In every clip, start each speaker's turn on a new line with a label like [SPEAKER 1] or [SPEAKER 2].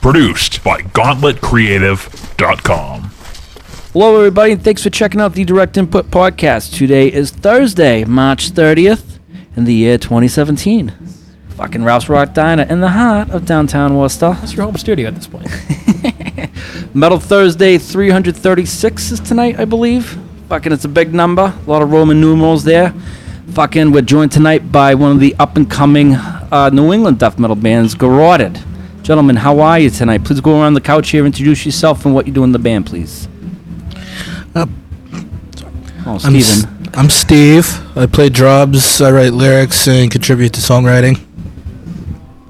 [SPEAKER 1] Produced by GauntletCreative.com.
[SPEAKER 2] Hello, everybody, and thanks for checking out the Direct Input Podcast. Today is Thursday, March 30th, in the year 2017. Fucking Rouse Rock Diner in the heart of downtown Worcester.
[SPEAKER 3] It's your home studio at this point.
[SPEAKER 2] Metal Thursday 336 is tonight, I believe. Fucking, it's a big number. A lot of Roman numerals there. Fucking, we're joined tonight by one of the up and coming uh, New England death metal bands, Garroted. Gentlemen, how are you tonight? Please go around the couch here, introduce yourself, and what you do in the band, please.
[SPEAKER 4] Uh,
[SPEAKER 2] oh,
[SPEAKER 4] I'm, s-
[SPEAKER 2] Steven.
[SPEAKER 4] I'm Steve. I play drums. I write lyrics and contribute to songwriting.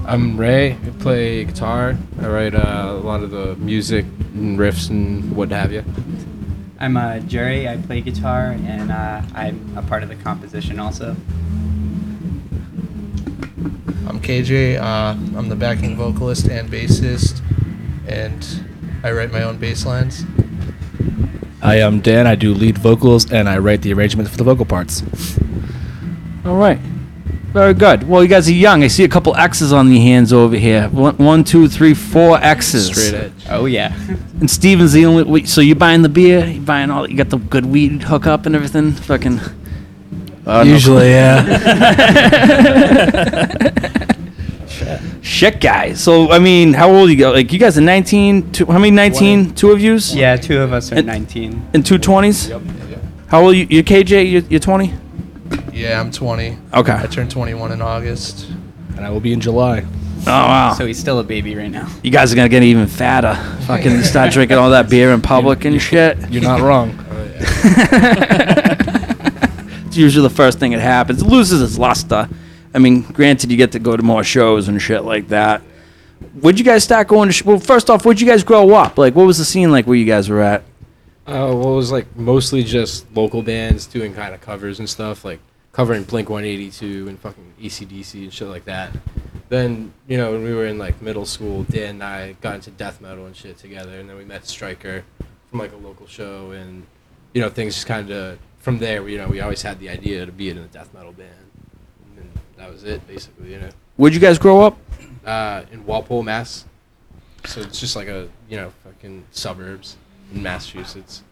[SPEAKER 5] I'm Ray. I play guitar. I write uh, a lot of the music and riffs and what have you.
[SPEAKER 6] I'm uh, Jerry. I play guitar and uh, I'm a part of the composition also.
[SPEAKER 7] I'm KJ. Uh, I'm the backing vocalist and bassist, and I write my own bass lines.
[SPEAKER 3] I am Dan. I do lead vocals and I write the arrangements for the vocal parts.
[SPEAKER 2] All right. Very good. Well, you guys are young. I see a couple X's on your hands over here. One, one two, three, four X's.
[SPEAKER 5] Straight edge.
[SPEAKER 6] Oh yeah.
[SPEAKER 2] And Steven's the only. Wait, so you buying the beer? You buying all? You got the good weed hookup and everything. Fucking.
[SPEAKER 4] Usually, yeah.
[SPEAKER 2] Shit, guys. So I mean, how old you go? Like you guys are 19. Two, how many 19? Two of yous?
[SPEAKER 6] Yeah, two of us are
[SPEAKER 2] And-
[SPEAKER 6] 19.
[SPEAKER 2] And two 20s.
[SPEAKER 7] Yep. yep.
[SPEAKER 2] How old you? You KJ? You're, you're 20.
[SPEAKER 7] Yeah, I'm 20.
[SPEAKER 2] Okay.
[SPEAKER 7] I turned 21 in August.
[SPEAKER 3] And I will be in July.
[SPEAKER 2] Oh wow.
[SPEAKER 6] So he's still a baby right now.
[SPEAKER 2] you guys are gonna get even fatter. Fucking start drinking all that beer in public and shit.
[SPEAKER 3] You're not wrong.
[SPEAKER 2] it's usually the first thing that happens. It loses its luster. I mean, granted, you get to go to more shows and shit like that. Would you guys start going to? Sh- well, first off, would you guys grow up? Like, what was the scene like where you guys were at?
[SPEAKER 5] Uh, well, it was like mostly just local bands doing kind of covers and stuff, like covering Blink 182 and fucking E ECDC and shit like that. Then, you know, when we were in like middle school, Dan and I got into death metal and shit together, and then we met Stryker from like a local show, and, you know, things just kind of from there, you know, we always had the idea to be in a death metal band. And that was it, basically, you know.
[SPEAKER 2] Would you guys grow up?
[SPEAKER 5] uh, in Walpole, Mass. So it's just like a you know fucking suburbs in Massachusetts.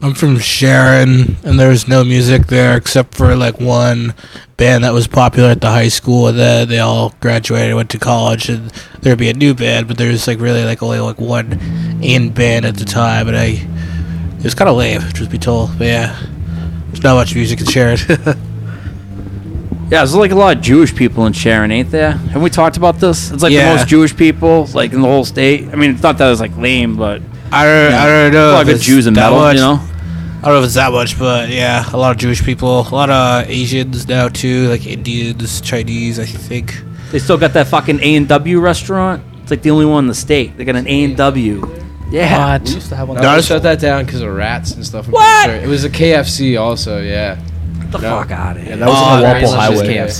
[SPEAKER 4] I'm from Sharon, and there was no music there except for like one band that was popular at the high school. And then they all graduated, went to college, and there'd be a new band, but there's like really like only like one in band at the time. And I, it was kind of lame, truth be told. But yeah, there's not much music in Sharon.
[SPEAKER 2] Yeah, there's like a lot of Jewish people in Sharon, ain't there? Have we talked about this? It's like
[SPEAKER 4] Yeah.
[SPEAKER 2] the most Jewish people, like in the whole state. I mean, it's not that it's like lame, but
[SPEAKER 4] I don't, I don't know.
[SPEAKER 2] a lot
[SPEAKER 4] if
[SPEAKER 2] of good
[SPEAKER 4] it's
[SPEAKER 2] Jews in
[SPEAKER 4] that
[SPEAKER 2] metal,
[SPEAKER 4] much.
[SPEAKER 2] you know.
[SPEAKER 4] I don't know if it's that much, but yeah, a lot of Jewish people, a lot of Asians now too, like Indians, Chinese, I think.
[SPEAKER 2] They still got that fucking A and W restaurant. It's like the only one in the state. They got an A and W. Yeah.
[SPEAKER 3] We used to have one.
[SPEAKER 5] No,
[SPEAKER 4] Dark-
[SPEAKER 5] I shut that down because of rats and stuff. I'm pretty
[SPEAKER 2] What?
[SPEAKER 5] It was a KFC also, yeah.
[SPEAKER 2] Get the
[SPEAKER 5] No.
[SPEAKER 2] fuck out of here.
[SPEAKER 5] Yeah, that was
[SPEAKER 4] Oh,
[SPEAKER 5] on the
[SPEAKER 4] very
[SPEAKER 5] Walpole
[SPEAKER 6] Just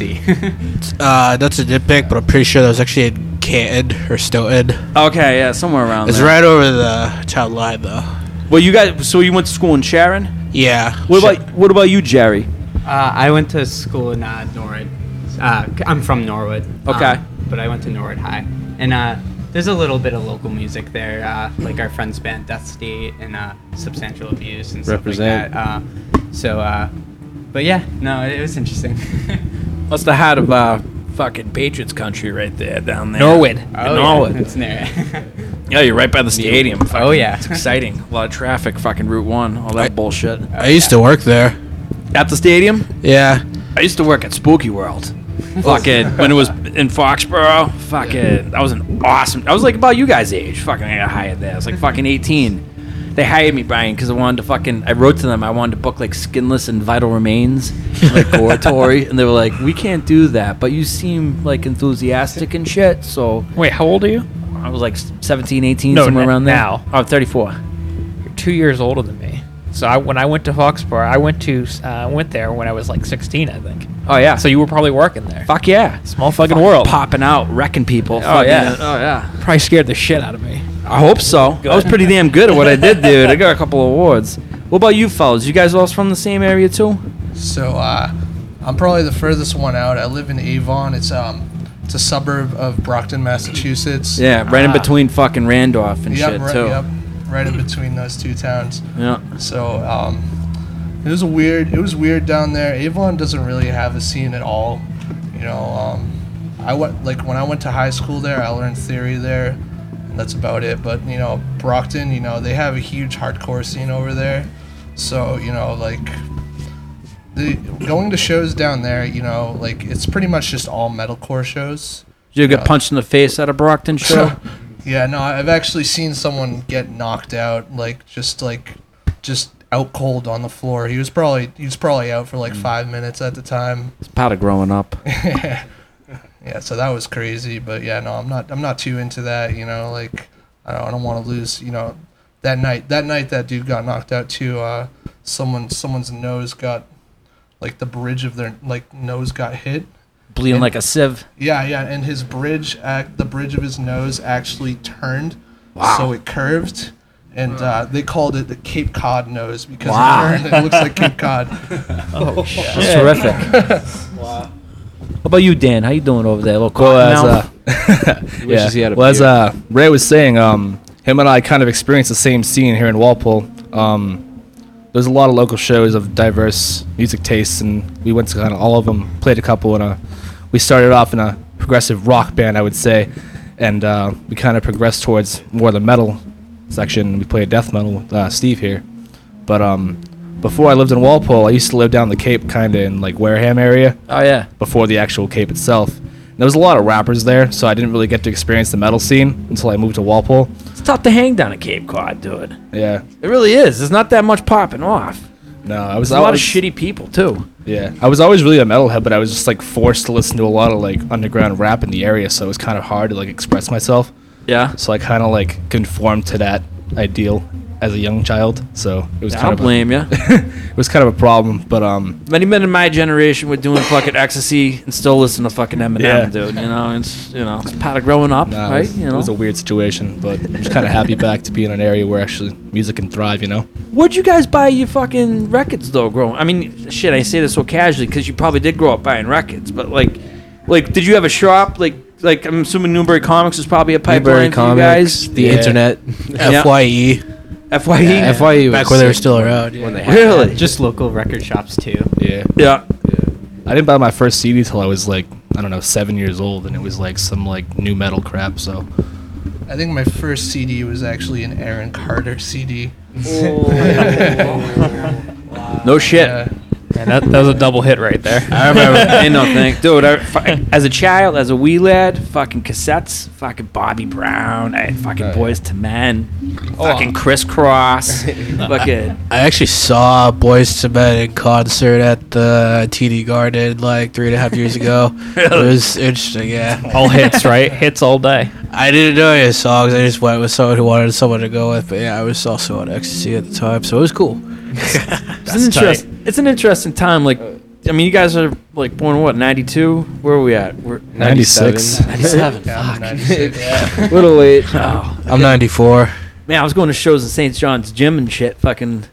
[SPEAKER 5] Highway.
[SPEAKER 6] KFC.
[SPEAKER 4] Uh, that's a nitpick, but I'm pretty sure that was actually in Canton or Stoughton.
[SPEAKER 2] okay, yeah, somewhere around
[SPEAKER 4] It's
[SPEAKER 2] there.
[SPEAKER 4] right over the town line, though.
[SPEAKER 2] Well, you guys. So you went to school in Sharon.
[SPEAKER 4] Yeah.
[SPEAKER 2] What
[SPEAKER 4] Sure.
[SPEAKER 2] about what about you, Jerry?
[SPEAKER 6] uh, I went to school in uh, Norwood. Uh, c- I'm from Norwood. um,
[SPEAKER 2] Okay.
[SPEAKER 6] but I went to Norwood High, and uh, there's a little bit of local music there, uh, like our friends band Death State and uh, Substantial Abuse and stuff
[SPEAKER 5] Represent.
[SPEAKER 6] like that. Uh, so, uh, but yeah, no, it was interesting.
[SPEAKER 2] That's the heart of uh, fucking Patriots country right there down there.
[SPEAKER 3] Norwood.
[SPEAKER 6] Oh,
[SPEAKER 2] Norwood.
[SPEAKER 6] Yeah, it's near.
[SPEAKER 2] Yeah, you're right by the stadium.
[SPEAKER 6] Oh, yeah.
[SPEAKER 2] it's exciting. A lot of traffic. Fucking Route One. All that
[SPEAKER 4] I-
[SPEAKER 2] bullshit.
[SPEAKER 4] I used to work there.
[SPEAKER 2] At the stadium,
[SPEAKER 4] Yeah.
[SPEAKER 2] I used to work at Spooky World. fucking when it was in Foxborough. Fucking that was an awesome. I was like about you guys' age. Fucking I got hired there. I was like fucking 18. They hired me, Brian, because I wanted to fucking. I wrote to them. I wanted to book like Skinless and Vital Remains, like Goratory, and they were like, "We can't do that, but you seem like enthusiastic and shit." So
[SPEAKER 3] Wait, how old are you?
[SPEAKER 2] I was like 17, 18,
[SPEAKER 8] No,
[SPEAKER 2] somewhere
[SPEAKER 8] n-
[SPEAKER 2] around there. Oh,
[SPEAKER 8] now.
[SPEAKER 2] I'm 34.
[SPEAKER 8] two years older than me. So I, when I went to Hawkesbury, I went to uh, went there when I was like 16, I think.
[SPEAKER 2] Oh yeah.
[SPEAKER 8] So
[SPEAKER 2] So
[SPEAKER 8] you were probably working there.
[SPEAKER 2] fuck yeah.
[SPEAKER 8] Small fucking world.
[SPEAKER 2] Popping out, wrecking people.
[SPEAKER 8] Oh, yeah.
[SPEAKER 2] Oh yeah.
[SPEAKER 8] Probably scared the shit out of me.
[SPEAKER 2] I hope so. I was pretty damn good at what I did, dude. I got a couple awards. What about you fellas? You guys all from the same area too?
[SPEAKER 7] So uh, I'm probably the furthest one out. I live in Avon. It's um, It's a suburb of Brockton, Massachusetts.
[SPEAKER 2] Yeah, right in
[SPEAKER 8] Ah.
[SPEAKER 2] between fucking Randolph and
[SPEAKER 7] Yep,
[SPEAKER 2] shit
[SPEAKER 7] right,
[SPEAKER 2] too.
[SPEAKER 7] yep, right in between those two towns.
[SPEAKER 2] Yeah.
[SPEAKER 7] So um, it was a weird. It was weird down there. Avon doesn't really have a scene at all. You know, um, I went like when I went to high school there. I learned theory there. And that's about it. But you know, Brockton. You know, they have a huge hardcore scene over there. So you know, like the going to shows down there. You know, like it's pretty much just all metalcore shows.
[SPEAKER 2] You get punched in the face at a Brockton show.
[SPEAKER 7] Yeah, no, I've actually seen someone get knocked out, like just like just out cold on the floor. He was probably he was probably out for like five minutes at the time.
[SPEAKER 2] it's part of growing up.
[SPEAKER 7] Yeah, so that was crazy. But yeah, no, I'm not I'm not too into that. You know, like I don't, I don't want to lose. You know, that night that night that dude got knocked out too. Uh, someone someone's nose got like the bridge of their like nose got hit.
[SPEAKER 2] Bleeding like a sieve.
[SPEAKER 7] Yeah, yeah, and his bridge, act, the bridge of his nose actually turned, so it curved, and uh, they called it the Cape Cod nose because it, turned, and it looks like Cape Cod.
[SPEAKER 2] That's terrific. How about you, Dan? How you doing over there? Local
[SPEAKER 3] Well, as
[SPEAKER 2] mouth?
[SPEAKER 3] uh, yeah.
[SPEAKER 5] he had a
[SPEAKER 3] well, as
[SPEAKER 5] beard.
[SPEAKER 3] uh, Ray was saying, um, him and I kind of experienced the same scene here in Walpole. Um, there's a lot of local shows of diverse music tastes, and we went to kind of all of them, played a couple, and uh, we started off in a progressive rock band, I would say, and uh, we kind of progressed towards more the metal section. We played death metal with uh, Steve here, but um, before I lived in Walpole, I used to live down the Cape, kind of in like Wareham area
[SPEAKER 2] oh yeah.
[SPEAKER 3] before the actual Cape itself. And there was a lot of rappers there, so I didn't really get to experience the metal scene until I moved to Walpole.
[SPEAKER 2] It's tough to hang down at Cape Cod, dude.
[SPEAKER 3] Yeah,
[SPEAKER 2] It really is. There's not that much popping off.
[SPEAKER 3] no, I was
[SPEAKER 2] There's a lot of
[SPEAKER 3] always-
[SPEAKER 2] shitty people too.
[SPEAKER 3] Yeah, I was always really a metalhead, but I was just like forced to listen to a lot of like underground rap in the area, so it was kind of hard to like express myself.
[SPEAKER 2] Yeah.
[SPEAKER 3] So I kind of like conformed to that ideal as a young child. So it was
[SPEAKER 2] I
[SPEAKER 3] kind
[SPEAKER 2] don't
[SPEAKER 3] of a-
[SPEAKER 2] blame you.
[SPEAKER 3] it was kind of a problem, but um,
[SPEAKER 2] Many men in my generation were doing fucking ecstasy and still listen to fucking Eminem,
[SPEAKER 3] Yeah.
[SPEAKER 2] dude. You know, it's you know, it's part of growing up,
[SPEAKER 3] nah, it,
[SPEAKER 2] right?
[SPEAKER 3] was,
[SPEAKER 2] You
[SPEAKER 3] it
[SPEAKER 2] know,
[SPEAKER 3] was a weird situation. But I'm just kind of happy back to be in an area where actually music can thrive. You know?
[SPEAKER 2] where'd you guys buy your fucking records though? Growing, I mean, shit, I say this so casually because you probably did grow up buying records, but like, like, did you have a shop? Like, like I'm assuming Newbury Comics was probably a pipeline for you guys.
[SPEAKER 5] the
[SPEAKER 3] Yeah.
[SPEAKER 5] internet.
[SPEAKER 2] Yeah.
[SPEAKER 4] Fye.
[SPEAKER 2] Fye,
[SPEAKER 5] Yeah, FYE was
[SPEAKER 4] Back when they were
[SPEAKER 5] sick
[SPEAKER 4] still around.
[SPEAKER 5] when
[SPEAKER 4] Yeah.
[SPEAKER 5] they
[SPEAKER 3] E.
[SPEAKER 5] had
[SPEAKER 2] E? really?
[SPEAKER 6] Just local record shops too.
[SPEAKER 3] Yeah.
[SPEAKER 2] yeah.
[SPEAKER 3] I didn't buy my first CD till I was like I don't know seven years old, and it was like some like new metal crap. So
[SPEAKER 7] I think my first CD was actually an Aaron Carter CD.
[SPEAKER 2] No shit.
[SPEAKER 7] Yeah,
[SPEAKER 8] And that, that was a double hit right there.
[SPEAKER 2] I remember. Ain't no thing. Dude, I, fu- as a child, as a wee lad, fucking cassettes, fucking Bobby Brown, I had fucking Boys to Men, fucking Crisscross, fucking.
[SPEAKER 4] I actually saw Boys to Men in concert at the TD Garden like three and a half years ago. It was interesting, yeah.
[SPEAKER 8] All hits, right? hits all day.
[SPEAKER 4] I didn't know any songs. I just went with someone who wanted someone to go with. But yeah, I was also on ecstasy at the time, so it was cool.
[SPEAKER 2] It's an, interest, it's an interesting time. Like, I mean, you guys are like born what, 92? Where are we at? We're
[SPEAKER 3] 96.
[SPEAKER 2] 97.
[SPEAKER 7] yeah, I'm 96. yeah.
[SPEAKER 5] little late.
[SPEAKER 2] Oh.
[SPEAKER 4] I'm 94.
[SPEAKER 2] Man, I was going to shows in St. John's Gym and shit, fucking.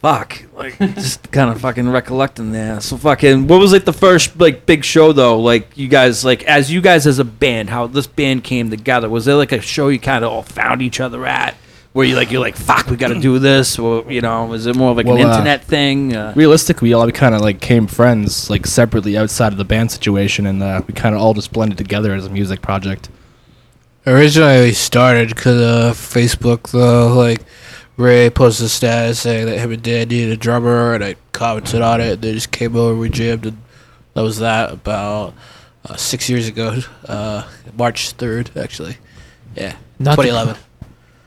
[SPEAKER 2] Fuck, like just kind of fucking recollecting that. So fucking, what was like the first like big show though? Like you guys, like as you guys as a band, how this band came together? Was there like a show you kind of all found each other at? Where you like you're like fuck, we got to do this, or you know, was it more of like an
[SPEAKER 3] Well, uh,
[SPEAKER 2] internet thing? Uh,
[SPEAKER 3] Realistically, we all kind of like came friends like separately outside of the band situation, and uh, we kind of all just blended together as a music project.
[SPEAKER 4] Originally we started because of Facebook though. Like Ray posted a status saying that him and Dan needed a drummer, and I commented on it. And they just came over, we jammed, and that was that. About uh, six years ago, uh, March third, actually. Yeah,
[SPEAKER 8] Not the-
[SPEAKER 4] 2011.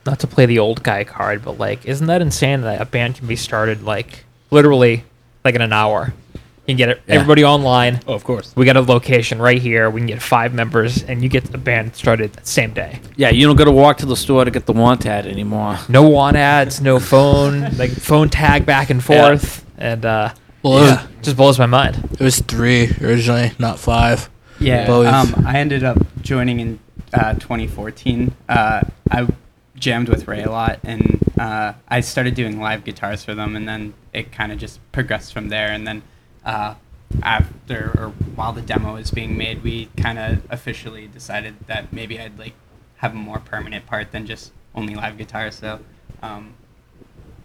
[SPEAKER 8] Not to play the old guy card, but like, isn't that insane that a band can be started like literally like in an hour? You can get it, everybody online.
[SPEAKER 3] Oh, of course.
[SPEAKER 8] We got a location right here. We can get five members, and you get the band started that same day.
[SPEAKER 2] yeah, you don't got to walk to the store to get the want ad anymore.
[SPEAKER 8] No want ads, no phone, like phone tag back and forth, and uh,
[SPEAKER 4] Well, it was-
[SPEAKER 8] just blows my mind.
[SPEAKER 4] it was three originally, not five.
[SPEAKER 6] Yeah.
[SPEAKER 4] Both.
[SPEAKER 6] Um, I ended up joining in uh, 2014. Uh, I jammed with Ray a lot, and uh, I started doing live guitars for them, and then it kind of just progressed from there. And then uh, after or while the demo is being made, we kind of officially decided that maybe I'd like have a more permanent part than just only live guitar. So, um,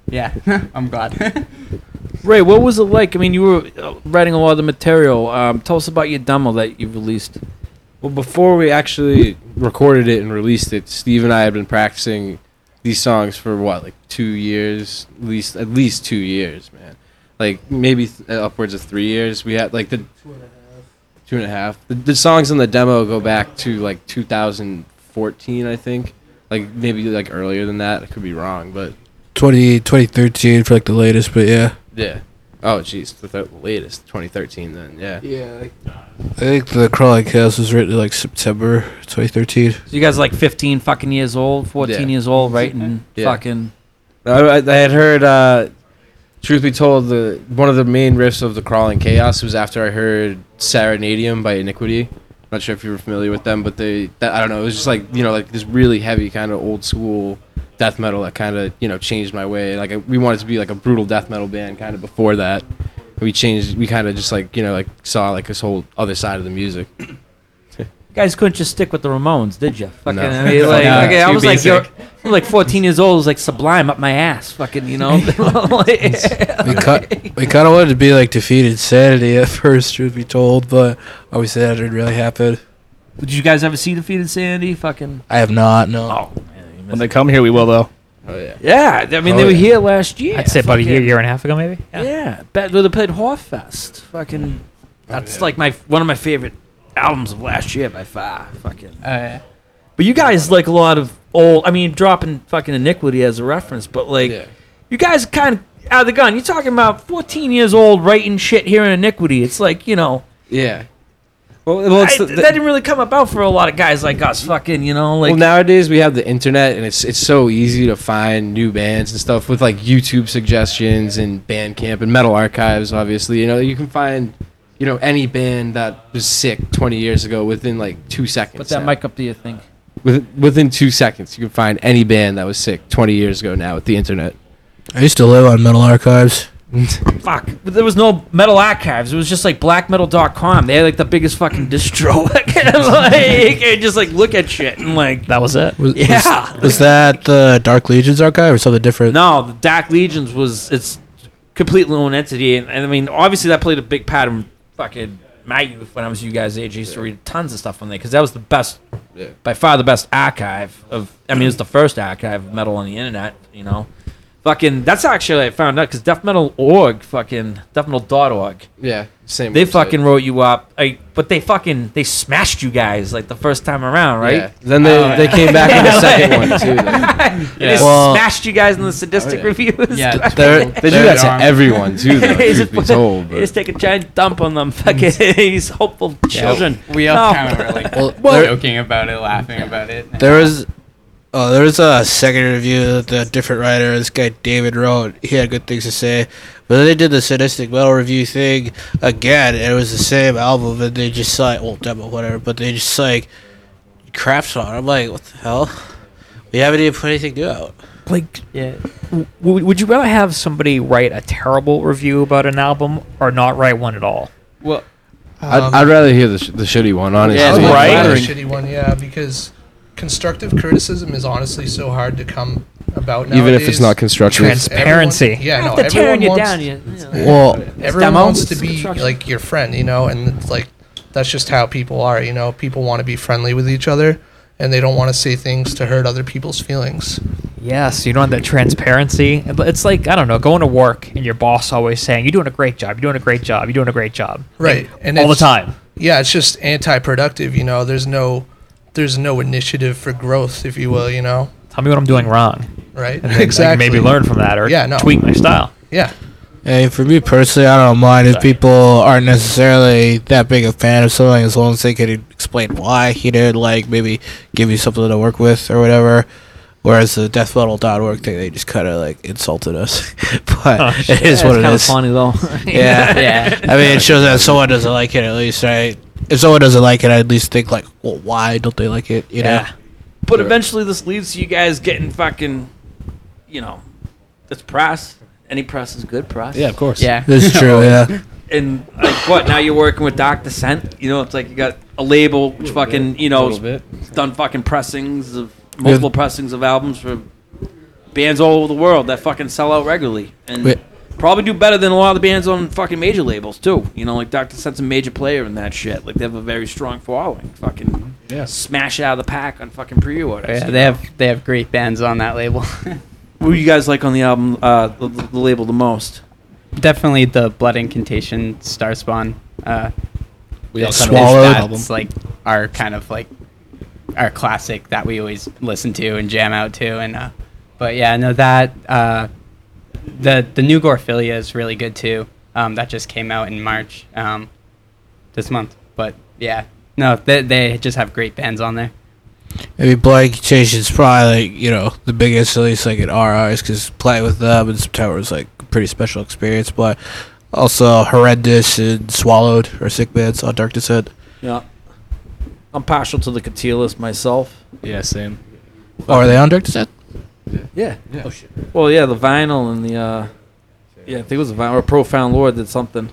[SPEAKER 6] yeah, I'm glad.
[SPEAKER 2] Ray, what was it like? I mean, you were uh, writing a lot of the material. Um, tell us about your demo that you released.
[SPEAKER 5] Well, before we actually recorded it and released it, Steve and I had been practicing these songs for what, like two years, at least at least two years, man. Like maybe th- uh, upwards of three years. We had like the two and a half. The, the songs in the demo go back to like 2014, I think. Like maybe like earlier than that. I could be wrong, but
[SPEAKER 4] 20, 2013 for like the latest, but yeah.
[SPEAKER 5] yeah. Oh, jeez, the th- latest 2013. Then yeah.
[SPEAKER 7] Yeah.
[SPEAKER 4] I think the Crawling Chaos was written like September 2013.
[SPEAKER 2] So you guys are like 15 fucking years old, 14
[SPEAKER 5] Yeah.
[SPEAKER 2] years old, right? And
[SPEAKER 5] Yeah.
[SPEAKER 2] fucking.
[SPEAKER 5] I, I I had heard. Uh, truth be told, the one of the main riffs of the Crawling Chaos was after I heard Serenadium by Iniquity. Not sure if you were familiar with them, but they. That, I don't know. It was just like you know, like this really heavy kind of old school death metal that kind of you know changed my way. Like I, we wanted to be like a brutal death metal band kind of before that. We changed. We kind of just like you know like saw like this whole other side of the music.
[SPEAKER 2] You guys couldn't just stick with the Ramones, did you? Fucking,
[SPEAKER 5] No.
[SPEAKER 2] I mean, like,
[SPEAKER 5] No,
[SPEAKER 2] okay, I
[SPEAKER 5] too
[SPEAKER 2] was like,
[SPEAKER 5] basic.
[SPEAKER 2] you're, I'm like 14 years old, it was like Sublime up my ass, fucking, you know? Like-
[SPEAKER 4] We, cut, we kind of wanted to be like defeated sanity at first, truth be told, but obviously that didn't really happen.
[SPEAKER 2] Did you guys ever see Defeated Sandy? Fucking.
[SPEAKER 4] I have not, no.
[SPEAKER 2] Oh, man. you
[SPEAKER 3] When
[SPEAKER 2] missed
[SPEAKER 3] they
[SPEAKER 2] it.
[SPEAKER 3] come here, we will though.
[SPEAKER 5] Oh yeah.
[SPEAKER 2] Yeah, I mean,
[SPEAKER 5] Oh,
[SPEAKER 2] they were
[SPEAKER 5] yeah.
[SPEAKER 2] here last year.
[SPEAKER 8] I'd say about a year,
[SPEAKER 2] fucking-
[SPEAKER 8] year and a half ago, maybe.
[SPEAKER 2] Yeah, bet, they played Horfest. Fucking. That's like my one of my favorite albums of last year by far. Fucking.
[SPEAKER 6] uh,
[SPEAKER 2] But you guys like a lot of old. I mean, dropping fucking iniquity as a reference, but like,
[SPEAKER 5] Yeah.
[SPEAKER 2] you guys kind of out of the gun. You're talking about 14 years old writing shit here in iniquity. It's like you know,
[SPEAKER 5] Yeah. Well, well,
[SPEAKER 2] I, that didn't really come about for a lot of guys like us. Fucking, you know, like
[SPEAKER 5] well, nowadays we have the internet, and it's it's so easy to find new bands and stuff with like YouTube suggestions and Bandcamp and Metal Archives. Obviously, you know you can find you know any band that was sick 20 years ago within like two seconds.
[SPEAKER 2] put that
[SPEAKER 5] now.
[SPEAKER 2] mic up to your thing.
[SPEAKER 5] With- within two seconds, you can find any band that was sick 20 years ago now with the internet.
[SPEAKER 4] I used to live on Metal Archives.
[SPEAKER 2] Fuck. But there was no metal archives. It was just like blackmetal.com. They had like the biggest fucking distro. like, and just like look at shit and like.
[SPEAKER 8] That was it.
[SPEAKER 4] Was, was-
[SPEAKER 2] Yeah.
[SPEAKER 4] Was, that the Dark Legions archive or something different?
[SPEAKER 2] No, the Dark Legions was its completely own entity, and, and I mean, obviously that played a big part in fucking my youth when I was you guys' age. I used to read tons of stuff on there because that was the best, by far the best archive of. I mean, it was the first archive of metal on the internet. You know, fucking. That's actually I found out because deathmetal.org, fucking deathmetal.org.
[SPEAKER 5] Yeah, same.
[SPEAKER 2] They
[SPEAKER 5] website.
[SPEAKER 2] fucking wrote you up, I, but they fucking they smashed you guys like the first time around, right?
[SPEAKER 5] Yeah. Then they,
[SPEAKER 6] Oh,
[SPEAKER 5] they
[SPEAKER 6] yeah.
[SPEAKER 5] came back in the
[SPEAKER 2] Yeah,
[SPEAKER 5] second
[SPEAKER 2] like-
[SPEAKER 5] one too. though.
[SPEAKER 2] They
[SPEAKER 5] Yeah.
[SPEAKER 4] Well-
[SPEAKER 2] smashed you guys in the sadistic
[SPEAKER 5] Oh, yeah.
[SPEAKER 2] reviews.
[SPEAKER 6] yeah,
[SPEAKER 4] They're-
[SPEAKER 5] They do
[SPEAKER 4] they're-
[SPEAKER 5] that to everyone too, though.
[SPEAKER 2] They
[SPEAKER 5] truth
[SPEAKER 2] just
[SPEAKER 5] be
[SPEAKER 2] put-
[SPEAKER 5] told,
[SPEAKER 2] they
[SPEAKER 5] but.
[SPEAKER 2] just take a giant dump on them fucking these hopeful children.
[SPEAKER 6] we all
[SPEAKER 2] No.
[SPEAKER 6] kind of were like
[SPEAKER 4] Well, there-
[SPEAKER 6] joking about it, laughing about it.
[SPEAKER 4] There was, oh, there was a second interview that the different writer, this guy David wrote. He had good things to say, but then they did the sadistic metal review thing again, and it was the same album, and they just like, well, demo, whatever, but they just like craps on. it. I'm like, what the hell? We haven't even put anything new out.
[SPEAKER 8] Like,
[SPEAKER 6] yeah.
[SPEAKER 8] w- w- would you rather have somebody write a terrible review about an album or not write one at all?
[SPEAKER 5] Well, I'd, I'd rather hear the, sh- the shitty one, honestly.
[SPEAKER 2] Yeah,
[SPEAKER 7] I would
[SPEAKER 8] right?
[SPEAKER 7] rather a
[SPEAKER 8] Or-
[SPEAKER 7] shitty one, yeah, because constructive criticism is honestly so hard to come about nowadays.
[SPEAKER 5] Even if it's not constructive.
[SPEAKER 8] Trans-
[SPEAKER 7] Everyone-
[SPEAKER 8] Transparency.
[SPEAKER 7] yeah, no,
[SPEAKER 2] They're tearing
[SPEAKER 7] everyone
[SPEAKER 2] you
[SPEAKER 7] wants,
[SPEAKER 2] down. You, you know.
[SPEAKER 4] Well,
[SPEAKER 7] everyone
[SPEAKER 2] demo,
[SPEAKER 7] wants to
[SPEAKER 2] it's
[SPEAKER 7] be
[SPEAKER 2] construction.
[SPEAKER 7] like your friend, you know, and it's like that's just how people are, you know. People want to be friendly with each other, and they don't want to say things to hurt other people's feelings.
[SPEAKER 8] Yes, you don't have that transparency. It's like I don't know, going to work and your boss always saying, "You're doing a great job. You're doing a great job. You're doing a great job."
[SPEAKER 7] Right, and
[SPEAKER 8] all the
[SPEAKER 7] it's-
[SPEAKER 8] time.
[SPEAKER 7] Yeah, it's just anti-productive, you know. There's no, there's no initiative for growth, if you will, you know.
[SPEAKER 8] Tell me what I'm doing wrong.
[SPEAKER 7] Right,
[SPEAKER 8] I can maybe learn from that or
[SPEAKER 7] Yeah, no.
[SPEAKER 8] tweak my style.
[SPEAKER 7] Yeah,
[SPEAKER 4] Hey, for me personally, I don't mind if people aren't necessarily that big a fan of something as long as they can explain why, you know, like maybe give you something to work with or whatever. Whereas the deathmetal.org thing, they just kind of like insulted us. but
[SPEAKER 8] Oh,
[SPEAKER 4] it is what it
[SPEAKER 2] kinda
[SPEAKER 4] is.
[SPEAKER 2] funny though.
[SPEAKER 4] Yeah.
[SPEAKER 6] Yeah.
[SPEAKER 4] I mean, it shows that someone doesn't like it at least, right? If someone doesn't like it, I at least think like, well, why don't they like it? You know?
[SPEAKER 2] Yeah. But eventually, this leads to you guys getting fucking, you know, it's press. Any press is good press.
[SPEAKER 3] Yeah, of course.
[SPEAKER 6] Yeah.
[SPEAKER 4] That's true, yeah.
[SPEAKER 2] and like what? Now you're working with Doc Descent. You know, it's like you got a label which fucking you know
[SPEAKER 5] Little bit.
[SPEAKER 2] has done fucking pressings of multiple pressings of albums for bands all over the world that fucking sell out regularly and
[SPEAKER 4] Wait.
[SPEAKER 2] probably do better than a lot of the bands on fucking major labels too. You know, like Doc Descent's a major player in that shit. Like they have a very strong following. Fucking
[SPEAKER 7] Yeah.
[SPEAKER 2] smash it out of the pack on fucking pre-orders.
[SPEAKER 6] Yeah, they have they have great bands on that label.
[SPEAKER 2] Who you guys like on the album? Uh, the, the label the most?
[SPEAKER 6] Definitely the Blood Incantation Star Spawn. Uh,
[SPEAKER 3] We all
[SPEAKER 6] is-
[SPEAKER 3] kind
[SPEAKER 4] of Swallowed.
[SPEAKER 6] That's
[SPEAKER 3] album.
[SPEAKER 6] like our kind of like our classic that we always listen to and jam out to. And uh, but yeah, no that uh, the the new Gorphilia is really good too. Um, that just came out in March um, this month. But yeah, no, they they just have great bands on there.
[SPEAKER 4] Maybe Blank Chase is probably like, you know the biggest at least like at our eyes because playing with them in September was like a pretty special experience. But also horrendous and swallowed or sick bands on Dark Descent.
[SPEAKER 2] Yeah. I'm partial to the Catilas myself.
[SPEAKER 3] Yeah, same.
[SPEAKER 4] Oh, are they on Dark Descent?
[SPEAKER 2] Yeah.
[SPEAKER 5] Oh shit.
[SPEAKER 2] Well, yeah, the vinyl and the uh, yeah, I think it was a vinyl or Profound Lord did something.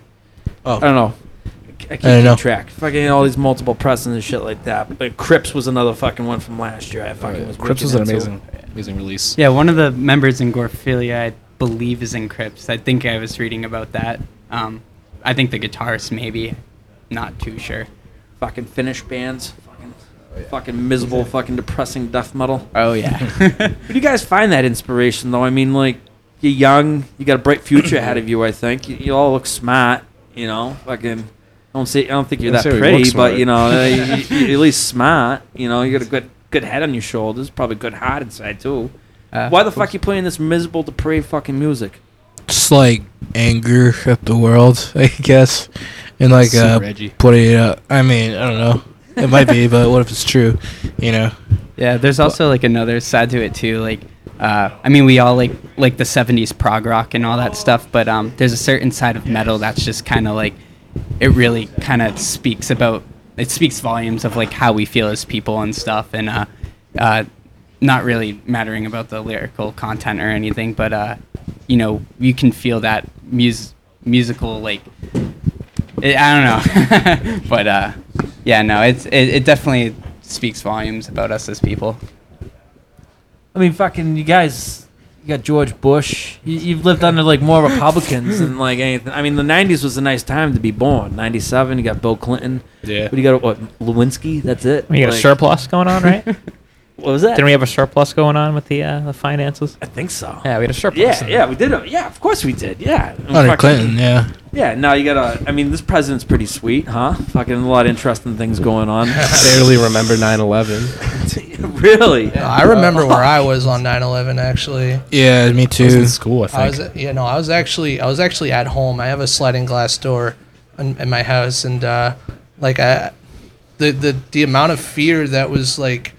[SPEAKER 4] Oh.
[SPEAKER 2] I don't know. I c- I
[SPEAKER 4] don't
[SPEAKER 2] can't
[SPEAKER 4] know.
[SPEAKER 2] keep track. Fucking all these multiple pressings and shit like that. But Crips was another fucking one from last year. I
[SPEAKER 5] Oh,
[SPEAKER 2] fucking was wicked
[SPEAKER 3] Crips was an
[SPEAKER 2] into.
[SPEAKER 3] amazing, amazing release.
[SPEAKER 6] Yeah, one of the members in Gorphilia, I believe, is in Crips. I think I was reading about that. Um, I think the guitarist, maybe. Not too sure.
[SPEAKER 2] fucking Finnish bands.
[SPEAKER 5] Oh,
[SPEAKER 2] Fucking, fucking miserable, fucking depressing death metal.
[SPEAKER 6] Oh, yeah.
[SPEAKER 2] Where do you guys find that inspiration, though? I mean, like, you're young, you got a bright future ahead of you, I think. You, you all look smart, you know? Fucking, I don't, say, I don't think you're
[SPEAKER 3] Don't
[SPEAKER 2] that
[SPEAKER 3] say we
[SPEAKER 2] pretty,
[SPEAKER 3] look
[SPEAKER 2] but,
[SPEAKER 3] smart.
[SPEAKER 2] you know, you, you, are at least smart. You know, you got a good good head on your shoulders, probably good heart inside, too.
[SPEAKER 6] Uh,
[SPEAKER 2] Why the fuck you playing this miserable, depraved fucking music?
[SPEAKER 4] Just like anger at the world, I guess, and like uh,
[SPEAKER 3] Super edgy.
[SPEAKER 4] putting it out. I mean, I don't know. It might be, but what if it's true? You know.
[SPEAKER 6] Yeah, there's also like another side to it too. Like, uh, I mean, we all like like the '70s prog rock and all that stuff, but um, there's a certain side of metal that's just kind of like it really kind of speaks about it speaks volumes of like how we feel as people and stuff, and uh, uh, not really mattering about the lyrical content or anything, but uh, you know, you can feel that mus- musical like it, I don't know, but uh, yeah, no, it's it, it definitely speaks volumes about us as people.
[SPEAKER 2] I mean, fucking, you guys, you got George Bush. You, you've lived under like more Republicans than like anything. I mean, the '90s was a nice time to be born. '97, you got Bill Clinton.
[SPEAKER 3] Yeah.
[SPEAKER 2] What do you got? What Lewinsky? That's it.
[SPEAKER 8] We got a
[SPEAKER 2] Like,
[SPEAKER 8] surplus going on, right?
[SPEAKER 2] What was that?
[SPEAKER 8] Didn't we have a surplus going on with the uh, the finances?
[SPEAKER 2] I think so.
[SPEAKER 8] Yeah, we had a surplus.
[SPEAKER 2] Yeah, yeah, we did. it. Yeah, of course we did. Yeah. And
[SPEAKER 4] Under
[SPEAKER 2] fucking-
[SPEAKER 4] Clinton, yeah.
[SPEAKER 2] Yeah. Now you got to I mean, this president's pretty sweet, huh? Fucking a lot of interesting things going on.
[SPEAKER 5] Barely remember 9/11.
[SPEAKER 2] really.
[SPEAKER 7] I remember where I was on 9/11 actually.
[SPEAKER 4] Yeah, me
[SPEAKER 3] I was in
[SPEAKER 4] too.
[SPEAKER 3] school, I think.
[SPEAKER 7] I was you know I was actually I was actually at home. I have a sliding glass door in, in my house, and uh, like I, the the the amount of fear that was like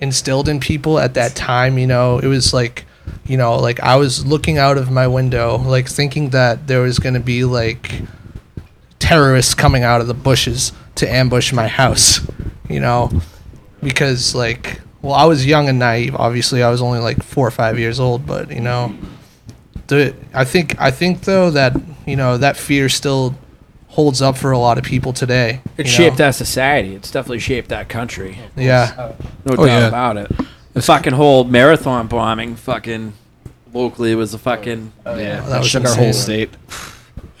[SPEAKER 7] instilled in people at that time, you know, it was like you know like I was looking out of my window, like thinking that there was gonna be like terrorists coming out of the bushes to ambush my house, you know, because like. Well, I was young and naive. Obviously, I was only like four or five years old, but you know, the I think I think though that you know that fear still holds up for a lot of people today.
[SPEAKER 2] It
[SPEAKER 7] you
[SPEAKER 2] shaped
[SPEAKER 7] know?
[SPEAKER 2] our society. It's definitely shaped our country.
[SPEAKER 7] Yeah,
[SPEAKER 2] No
[SPEAKER 4] Oh,
[SPEAKER 2] doubt
[SPEAKER 4] yeah.
[SPEAKER 2] about it. The fucking whole marathon bombing, fucking locally, was a fucking.
[SPEAKER 5] Oh,
[SPEAKER 3] yeah,
[SPEAKER 7] that was
[SPEAKER 3] shook our whole
[SPEAKER 7] insane.
[SPEAKER 3] state.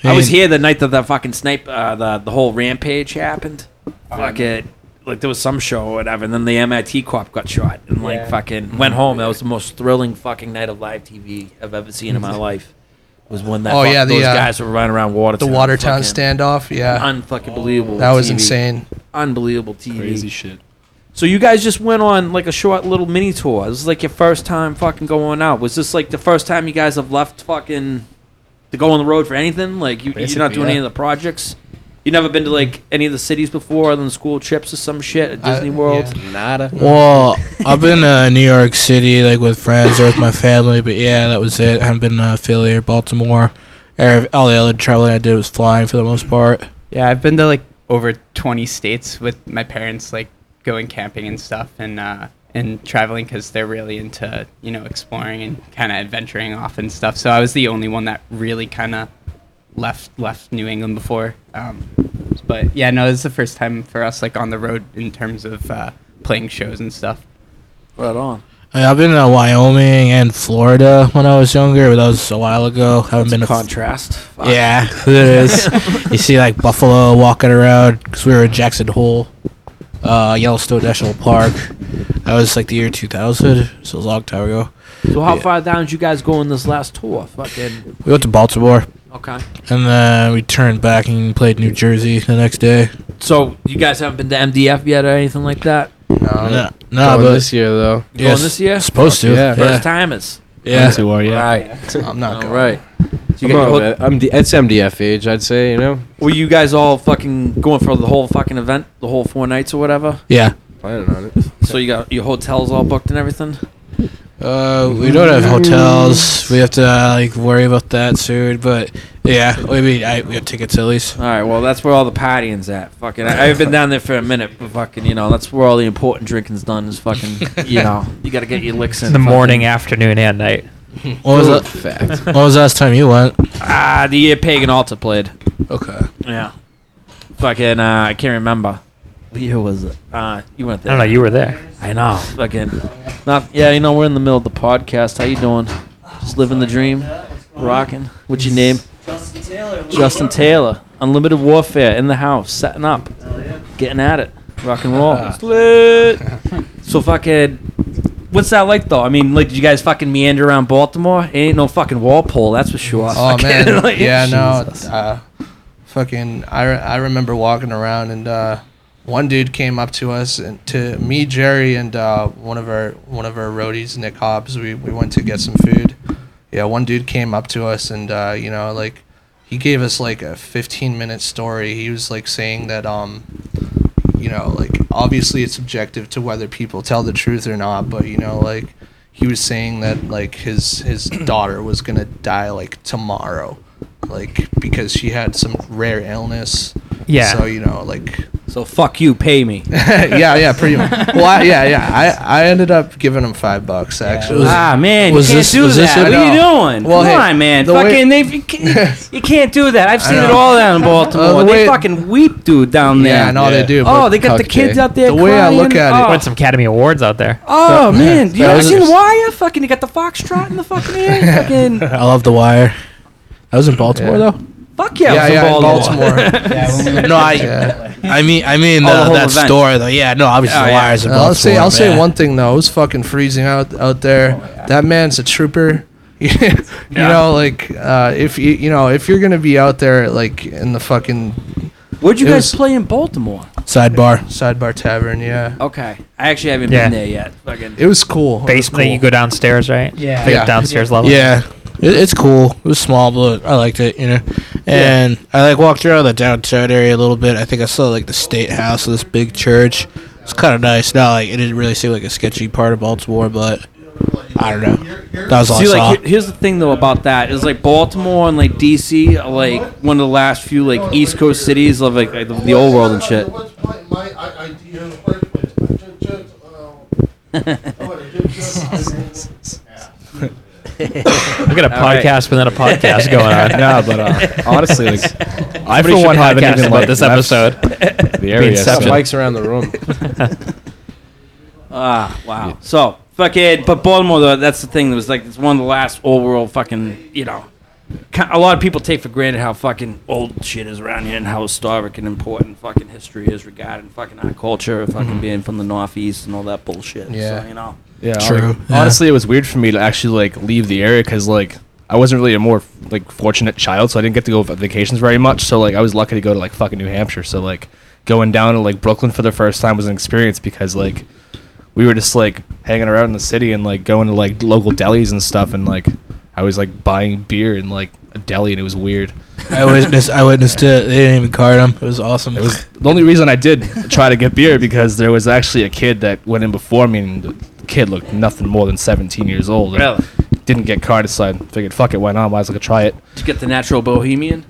[SPEAKER 2] I was
[SPEAKER 4] mean,
[SPEAKER 2] here the night that the fucking snipe, uh, the the whole rampage happened. Fuck it. Like there was some show or whatever, and then the MIT cop got shot, and like
[SPEAKER 6] Yeah.
[SPEAKER 2] fucking went home. That was the most thrilling fucking night of live TV I've ever seen in my life. Was when that
[SPEAKER 7] Oh,
[SPEAKER 2] fuck-
[SPEAKER 7] yeah, the,
[SPEAKER 2] those
[SPEAKER 7] uh,
[SPEAKER 2] guys were running around Watertown.
[SPEAKER 7] the Watertown
[SPEAKER 2] Fucking
[SPEAKER 7] standoff. Yeah,
[SPEAKER 2] unfucking believable.
[SPEAKER 7] that was
[SPEAKER 2] TV.
[SPEAKER 7] insane.
[SPEAKER 2] Unbelievable TV.
[SPEAKER 3] Crazy shit.
[SPEAKER 2] So you guys just went on like a short little mini tour. This is like your first time fucking going out. Was this like the first time you guys have left fucking to go on the road for anything? Like you, you're not
[SPEAKER 3] Basically,
[SPEAKER 2] doing
[SPEAKER 3] yeah.
[SPEAKER 2] any of the projecher You never been to like any of the cities before, other than school trips or some shit at
[SPEAKER 7] I-
[SPEAKER 2] Disney World.
[SPEAKER 7] yeah.
[SPEAKER 5] Nada.
[SPEAKER 4] well, I've been to New York City, like with friends or with my family, but yeah, that was it. I haven't been to Philly or Baltimore. Or All the other traveling I did was flying for the most part.
[SPEAKER 6] Yeah, I've been to like over 20 states with my parents, like going camping and stuff, and uh, and traveling because they're really into you know exploring and kind of adventuring off and stuff. So I was the only one that really kind of left left New England before. Um, but yeah, no, this is the first time for us like on the road in terms of uh, playing shows and stuff.
[SPEAKER 2] Right on.
[SPEAKER 4] I- I've been to Wyoming and Florida when I was younger, but that was a while ago. haven't been to
[SPEAKER 2] Contrast. Fuck.
[SPEAKER 4] Yeah, it is. you see like buffalo walking around because we were in Jackson Hole, uh, Yellowstone National Park. That was like the year 2000, so it was a long time ago.
[SPEAKER 2] So how
[SPEAKER 4] Yeah.
[SPEAKER 2] far down did you guys go in this last tour? Fucking.
[SPEAKER 4] We went to Baltimore
[SPEAKER 2] Okay.
[SPEAKER 4] and then we turned back and played New Jersey the next day.
[SPEAKER 2] So you guys haven't been to MDF yet or anything like that?
[SPEAKER 5] No,
[SPEAKER 4] No,
[SPEAKER 5] no
[SPEAKER 4] no
[SPEAKER 5] but
[SPEAKER 4] but
[SPEAKER 5] this year though.
[SPEAKER 2] Going this year?
[SPEAKER 4] Supposed to.
[SPEAKER 5] Yeah.
[SPEAKER 2] First timers.
[SPEAKER 4] Oh, Yeah.
[SPEAKER 3] Yes, you are, yeah.
[SPEAKER 2] Right.
[SPEAKER 7] I'm not
[SPEAKER 2] All
[SPEAKER 7] going.
[SPEAKER 2] right. So
[SPEAKER 5] I'm,
[SPEAKER 2] you guys,
[SPEAKER 5] all about- I'm D- it's MDF age, I'd say. You know,
[SPEAKER 2] were you guys all fucking going for the whole fucking event, the whole four nights or whatever?
[SPEAKER 4] Yeah.
[SPEAKER 5] planning on it.
[SPEAKER 2] So you got your hotels all booked and everything?
[SPEAKER 4] Uh, we don't have hotels. We have to uh, like worry about that soon. But yeah, I mean, I, we have tickets at least.
[SPEAKER 2] All right, well, that's where all the partying's at. Fucking, I, I've been down there for a minute, but fucking, you know, that's where all the important drinking's done. Is fucking, you know, you gotta get your licks in.
[SPEAKER 8] in the morning,
[SPEAKER 2] fucking-
[SPEAKER 8] afternoon, and night.
[SPEAKER 4] What was that?
[SPEAKER 5] fact?
[SPEAKER 4] What was the last time you went?
[SPEAKER 2] Ah, the year Pagan Altar played.
[SPEAKER 4] Okay.
[SPEAKER 2] Yeah. Fucking, uh, I can't remember. What year was it? Uh, you went
[SPEAKER 8] I
[SPEAKER 2] there.
[SPEAKER 8] don't know. You were there.
[SPEAKER 2] I know. Fucking. Not. Yeah, you know we're in the middle of the podcast. How you doing? Just living the dream, rocking. What's your name? Justin Taylor. Justin Taylor. Unlimited warfare in the house, setting up, getting at it, rock and roll. It's lit. so fucking. What's that like though? I mean, like, did you guys fucking meander around Baltimore? It ain't no fucking Walpole, that's for sure.
[SPEAKER 7] Oh
[SPEAKER 2] Fucking,
[SPEAKER 7] man,
[SPEAKER 2] like-
[SPEAKER 7] yeah, no, uh, fucking. I, re- I remember walking around and uh, one dude came up to us and to me, Jerry, and uh, one of our one of our roadies, Nick Hobbs. We we went to get some food. Yeah, one dude came up to us and uh, you know like he gave us like a 15 minute story. He was like saying that um you know, like obviously it's subjective to whether people tell the truth or not, but you know, like he was saying that like his his daughter was gonna die like tomorrow, like because she had some rare illness.
[SPEAKER 8] Yeah.
[SPEAKER 7] So you know, like
[SPEAKER 2] So fuck you, pay me.
[SPEAKER 7] yeah, yeah, pretty. Much. Well, I, yeah, yeah. I I ended up giving him five bucks actually.
[SPEAKER 2] ah man,
[SPEAKER 4] was
[SPEAKER 2] you can't
[SPEAKER 4] this-
[SPEAKER 2] do
[SPEAKER 4] was
[SPEAKER 2] that.
[SPEAKER 4] this
[SPEAKER 2] what
[SPEAKER 7] it?
[SPEAKER 2] are you
[SPEAKER 7] No.
[SPEAKER 2] doing?
[SPEAKER 7] Well,
[SPEAKER 2] Come
[SPEAKER 7] hey,
[SPEAKER 2] on, man.
[SPEAKER 7] the way-
[SPEAKER 2] fucking, they you can't, you can't do that. I've seen
[SPEAKER 7] I
[SPEAKER 2] it
[SPEAKER 7] know. Uh,
[SPEAKER 2] all down in Baltimore.
[SPEAKER 7] the
[SPEAKER 2] they
[SPEAKER 7] way-
[SPEAKER 2] fucking weep, dude, down there.
[SPEAKER 7] yeah, and all
[SPEAKER 5] Yeah.
[SPEAKER 7] they do.
[SPEAKER 2] oh,
[SPEAKER 7] but-
[SPEAKER 2] they got the
[SPEAKER 5] cuck
[SPEAKER 2] kids
[SPEAKER 5] day.
[SPEAKER 2] out there.
[SPEAKER 7] The way I
[SPEAKER 2] crying.
[SPEAKER 7] look at it-
[SPEAKER 2] oh,
[SPEAKER 8] Won some Academy Awards out there.
[SPEAKER 2] Oh man, you
[SPEAKER 7] that
[SPEAKER 2] ever
[SPEAKER 7] was-
[SPEAKER 2] seen Wire? Fucking, you got the foxtrot in the fucking air. Fucking,
[SPEAKER 4] I love The Wire. I was in Baltimore
[SPEAKER 7] Yeah.
[SPEAKER 4] though.
[SPEAKER 2] fuck yeah,
[SPEAKER 7] yeah,
[SPEAKER 2] it was
[SPEAKER 7] yeah, in
[SPEAKER 2] Baltimore.
[SPEAKER 7] Baltimore.
[SPEAKER 6] Yeah, when we
[SPEAKER 4] No, I,
[SPEAKER 7] Yeah.
[SPEAKER 4] I mean, I mean
[SPEAKER 2] Oh, the
[SPEAKER 4] uh,
[SPEAKER 2] whole
[SPEAKER 4] that
[SPEAKER 2] event.
[SPEAKER 4] store though. Yeah, no, obviously
[SPEAKER 2] Oh,
[SPEAKER 4] The
[SPEAKER 2] yeah.
[SPEAKER 4] Wire is in
[SPEAKER 7] Uh,
[SPEAKER 4] Baltimore.
[SPEAKER 7] I'll say I'll say
[SPEAKER 4] man.
[SPEAKER 7] one thing though. It was fucking freezing out out there.
[SPEAKER 2] Oh,
[SPEAKER 7] That man's a trooper. you know, like uh, if you you know if you're gonna be out there like in the fucking
[SPEAKER 2] Where'd you
[SPEAKER 7] It
[SPEAKER 2] guys
[SPEAKER 7] was-
[SPEAKER 2] play in Baltimore?
[SPEAKER 4] Sidebar.
[SPEAKER 7] sidebar tavern, yeah,
[SPEAKER 2] Okay, I actually haven't
[SPEAKER 8] Yeah.
[SPEAKER 2] been there yet. Fucking,
[SPEAKER 7] it was cool. It was
[SPEAKER 8] Basically,
[SPEAKER 7] cool.
[SPEAKER 8] you go downstairs, right?
[SPEAKER 6] Yeah.
[SPEAKER 8] Pick up
[SPEAKER 7] Yeah.
[SPEAKER 8] downstairs level.
[SPEAKER 4] Yeah, it, it's cool. It was small, but I liked it. You know, and I like walked around the downtown area a little bit. I think I saw like the state house of this big church. It's kind of nice. Now, like it didn't really seem like a sketchy part of Baltimore, but I don't know. That was all
[SPEAKER 2] See,
[SPEAKER 4] I saw.
[SPEAKER 2] like, he- here's the thing though about that is like Baltimore and like DC are like one of the last few like East Coast cities of like, like, the, the old world and shit.
[SPEAKER 3] uh,
[SPEAKER 8] We got a
[SPEAKER 2] All right.
[SPEAKER 8] podcast within a podcast going on.
[SPEAKER 3] no, but uh, honestly, like, I
[SPEAKER 8] Pretty
[SPEAKER 3] for
[SPEAKER 8] sure
[SPEAKER 3] one haven't
[SPEAKER 8] podcast
[SPEAKER 3] even
[SPEAKER 8] about
[SPEAKER 3] like
[SPEAKER 8] this
[SPEAKER 3] left
[SPEAKER 8] episode.
[SPEAKER 3] the area.
[SPEAKER 8] Inception.
[SPEAKER 5] Got mics
[SPEAKER 3] So.
[SPEAKER 5] around the room.
[SPEAKER 2] Ah, wow. So fucking, but Baltimore though that's the thing that was like it's one of the last old world fucking you know. ki- A lot of people take for granted how fucking old shit is around here and how historic and important fucking history is regarding fucking our culture, fucking being from the Northeast and all that bullshit.
[SPEAKER 7] Yeah.
[SPEAKER 2] So, you know.
[SPEAKER 3] Mm-hmm. Yeah,
[SPEAKER 4] True,
[SPEAKER 3] like,
[SPEAKER 4] yeah.
[SPEAKER 3] Honestly, it was weird for me to actually like leave the area because like I wasn't really a more like fortunate child, so I didn't get to go on vacations very much. So like I was lucky to go to like fucking New Hampshire. So like going down to like Brooklyn for the first time was an experience because like we were just like hanging around in the city and like going to like local delis and stuff, and like I was like buying beer in like a deli, and it was weird.
[SPEAKER 4] I witnessed. I witnessed it. They didn't even card him. It was awesome.
[SPEAKER 3] It was the only reason I did try to get beer because there was actually a kid that went in before me, and the kid looked nothing more than 17 years old. and
[SPEAKER 2] Really?
[SPEAKER 3] Didn't get carded, so I figured, fuck it, why not? Might as well try it.
[SPEAKER 2] Did you get the natural bohemian?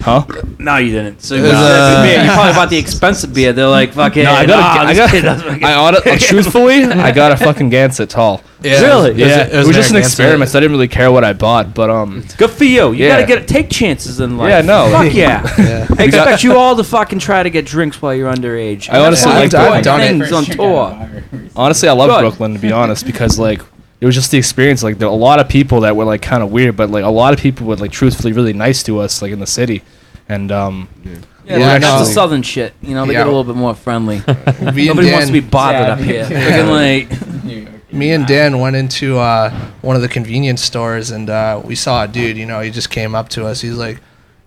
[SPEAKER 3] Huh?
[SPEAKER 2] No, you didn't. So you,
[SPEAKER 4] was,
[SPEAKER 2] bought
[SPEAKER 4] uh,
[SPEAKER 2] beer. you probably bought the expensive beer. They're like, fucking.
[SPEAKER 3] No, I got.
[SPEAKER 2] "Ah,
[SPEAKER 3] a, I
[SPEAKER 2] this
[SPEAKER 3] got.
[SPEAKER 2] kid doesn't-
[SPEAKER 3] I ordered, like, truthfully, I got a fucking Gansett tall.
[SPEAKER 4] Yeah,
[SPEAKER 2] Really?
[SPEAKER 4] it was-
[SPEAKER 3] Yeah, it was, just an
[SPEAKER 4] Narragansett.
[SPEAKER 3] experiment. So I didn't really care what I bought, but um,
[SPEAKER 2] Good for you. You
[SPEAKER 3] Yeah.
[SPEAKER 2] gotta get take chances in life.
[SPEAKER 3] Yeah, no.
[SPEAKER 2] Fuck yeah.
[SPEAKER 4] Yeah.
[SPEAKER 2] I
[SPEAKER 3] We got-
[SPEAKER 2] expect you all to fucking try to get drinks while you're underage.
[SPEAKER 3] I honestly
[SPEAKER 7] I've
[SPEAKER 3] like
[SPEAKER 7] done-
[SPEAKER 3] that.
[SPEAKER 7] I've done
[SPEAKER 2] Things on tour.
[SPEAKER 3] Honestly, I love
[SPEAKER 2] Good.
[SPEAKER 3] Brooklyn to be honest because like it was just the experience. Like there were a lot of people that were like kind of weird, but like a lot of people were like truthfully really nice to us, like in the city. And um,
[SPEAKER 2] Yeah,
[SPEAKER 7] Yeah,
[SPEAKER 2] like, that's the
[SPEAKER 7] actually.
[SPEAKER 2] southern shit. You know, they
[SPEAKER 7] Yeah.
[SPEAKER 2] get a little bit more friendly.
[SPEAKER 7] Me and
[SPEAKER 2] Nobody
[SPEAKER 7] Dan,
[SPEAKER 2] wants to be bothered
[SPEAKER 6] Yeah.
[SPEAKER 2] up here.
[SPEAKER 7] Yeah.
[SPEAKER 2] Fucking like,
[SPEAKER 7] me and Dan went into uh, one of the convenience stores and uh, we saw a dude. You know, he just came up to us. He's like,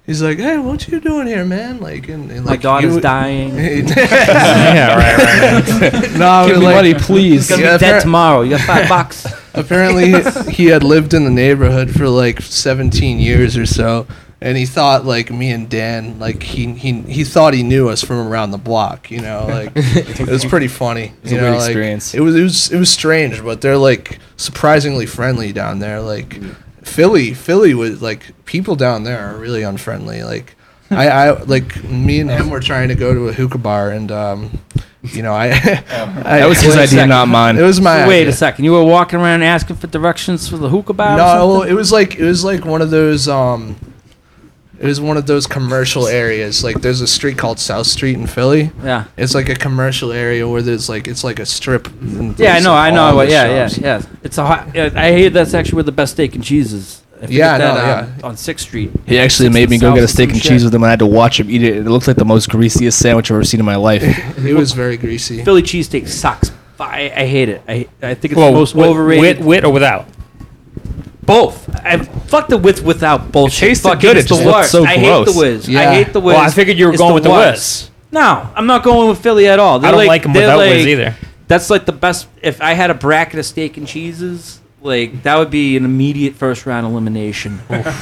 [SPEAKER 7] he's like, hey, what you doing here, man? Like, and, and
[SPEAKER 2] my
[SPEAKER 7] like
[SPEAKER 2] daughter's
[SPEAKER 7] you-
[SPEAKER 2] dying.
[SPEAKER 3] yeah, right, right.
[SPEAKER 7] no, we
[SPEAKER 3] Give
[SPEAKER 7] were
[SPEAKER 3] me
[SPEAKER 7] like,
[SPEAKER 3] money, please.
[SPEAKER 2] She's gonna
[SPEAKER 7] Yeah,
[SPEAKER 2] be dead
[SPEAKER 7] appar-
[SPEAKER 2] tomorrow. You got five bucks.
[SPEAKER 7] apparently he had lived in the neighborhood for like 17 years or so and he thought like me and Dan like he he, he thought he knew us from around the block you know like it was pretty funny
[SPEAKER 3] was
[SPEAKER 7] you
[SPEAKER 3] a weird
[SPEAKER 7] know, like,
[SPEAKER 3] experience.
[SPEAKER 7] it was it was it was strange but they're like surprisingly friendly down there like Philly Philly was like people down there are really unfriendly like I, I like me and him were trying to go to a hookah bar and um you know I, I
[SPEAKER 3] That was his
[SPEAKER 2] Wait a
[SPEAKER 3] idea,
[SPEAKER 2] second.
[SPEAKER 3] not mine.
[SPEAKER 7] it was my
[SPEAKER 2] Wait
[SPEAKER 7] idea.
[SPEAKER 2] a second. You were walking around asking for directions for the hookah bar. or
[SPEAKER 7] No,
[SPEAKER 2] something?
[SPEAKER 7] well, it was like it was like one of those um it was one of those commercial areas. Like there's a street called South Street in Philly.
[SPEAKER 2] yeah.
[SPEAKER 7] It's like a commercial area where there's like it's like a strip. and
[SPEAKER 2] Yeah, I
[SPEAKER 7] there's,
[SPEAKER 2] know, I
[SPEAKER 7] like, all
[SPEAKER 2] know. Well,
[SPEAKER 7] the
[SPEAKER 2] yeah,
[SPEAKER 7] shops.
[SPEAKER 2] yeah, yeah. It's a hot. yeah, I hear that's actually where the best steak and cheese is. I forget
[SPEAKER 7] Yeah, I
[SPEAKER 2] that,
[SPEAKER 7] know,
[SPEAKER 2] uh,
[SPEAKER 7] yeah.
[SPEAKER 2] on Sixth Street.
[SPEAKER 3] He actually
[SPEAKER 2] Six
[SPEAKER 3] made
[SPEAKER 2] and
[SPEAKER 3] me go
[SPEAKER 2] South
[SPEAKER 3] get a
[SPEAKER 2] or
[SPEAKER 3] steak
[SPEAKER 2] some
[SPEAKER 3] and
[SPEAKER 2] shit.
[SPEAKER 3] cheese with him, and I had to watch him eat it. It looked like the most greasiest sandwich I've ever seen in my life.
[SPEAKER 7] It was very greasy.
[SPEAKER 2] Philly cheesesteak sucks. I, I hate it. I, I think it's
[SPEAKER 8] Whoa,
[SPEAKER 2] the most
[SPEAKER 8] with-
[SPEAKER 2] overrated.
[SPEAKER 8] With, with or without?
[SPEAKER 2] both. I fuck the with without bullshit.
[SPEAKER 3] tasted
[SPEAKER 2] Fuck
[SPEAKER 3] good,
[SPEAKER 2] It's
[SPEAKER 3] it
[SPEAKER 2] the
[SPEAKER 3] just looked
[SPEAKER 2] worst.
[SPEAKER 3] so
[SPEAKER 2] I hate
[SPEAKER 3] gross.
[SPEAKER 2] the whiz.
[SPEAKER 7] Yeah.
[SPEAKER 2] I hate the whiz.
[SPEAKER 8] Well, I figured you were
[SPEAKER 2] It's
[SPEAKER 8] going with the
[SPEAKER 2] Whiz.
[SPEAKER 8] whiz.
[SPEAKER 2] No, I'm not going with Philly at all. They're
[SPEAKER 8] I don't
[SPEAKER 2] like
[SPEAKER 8] like
[SPEAKER 2] them
[SPEAKER 8] them without whiz either.
[SPEAKER 2] That's like the best. If I had a bracket of steak and cheeses, like that would be an immediate first round elimination.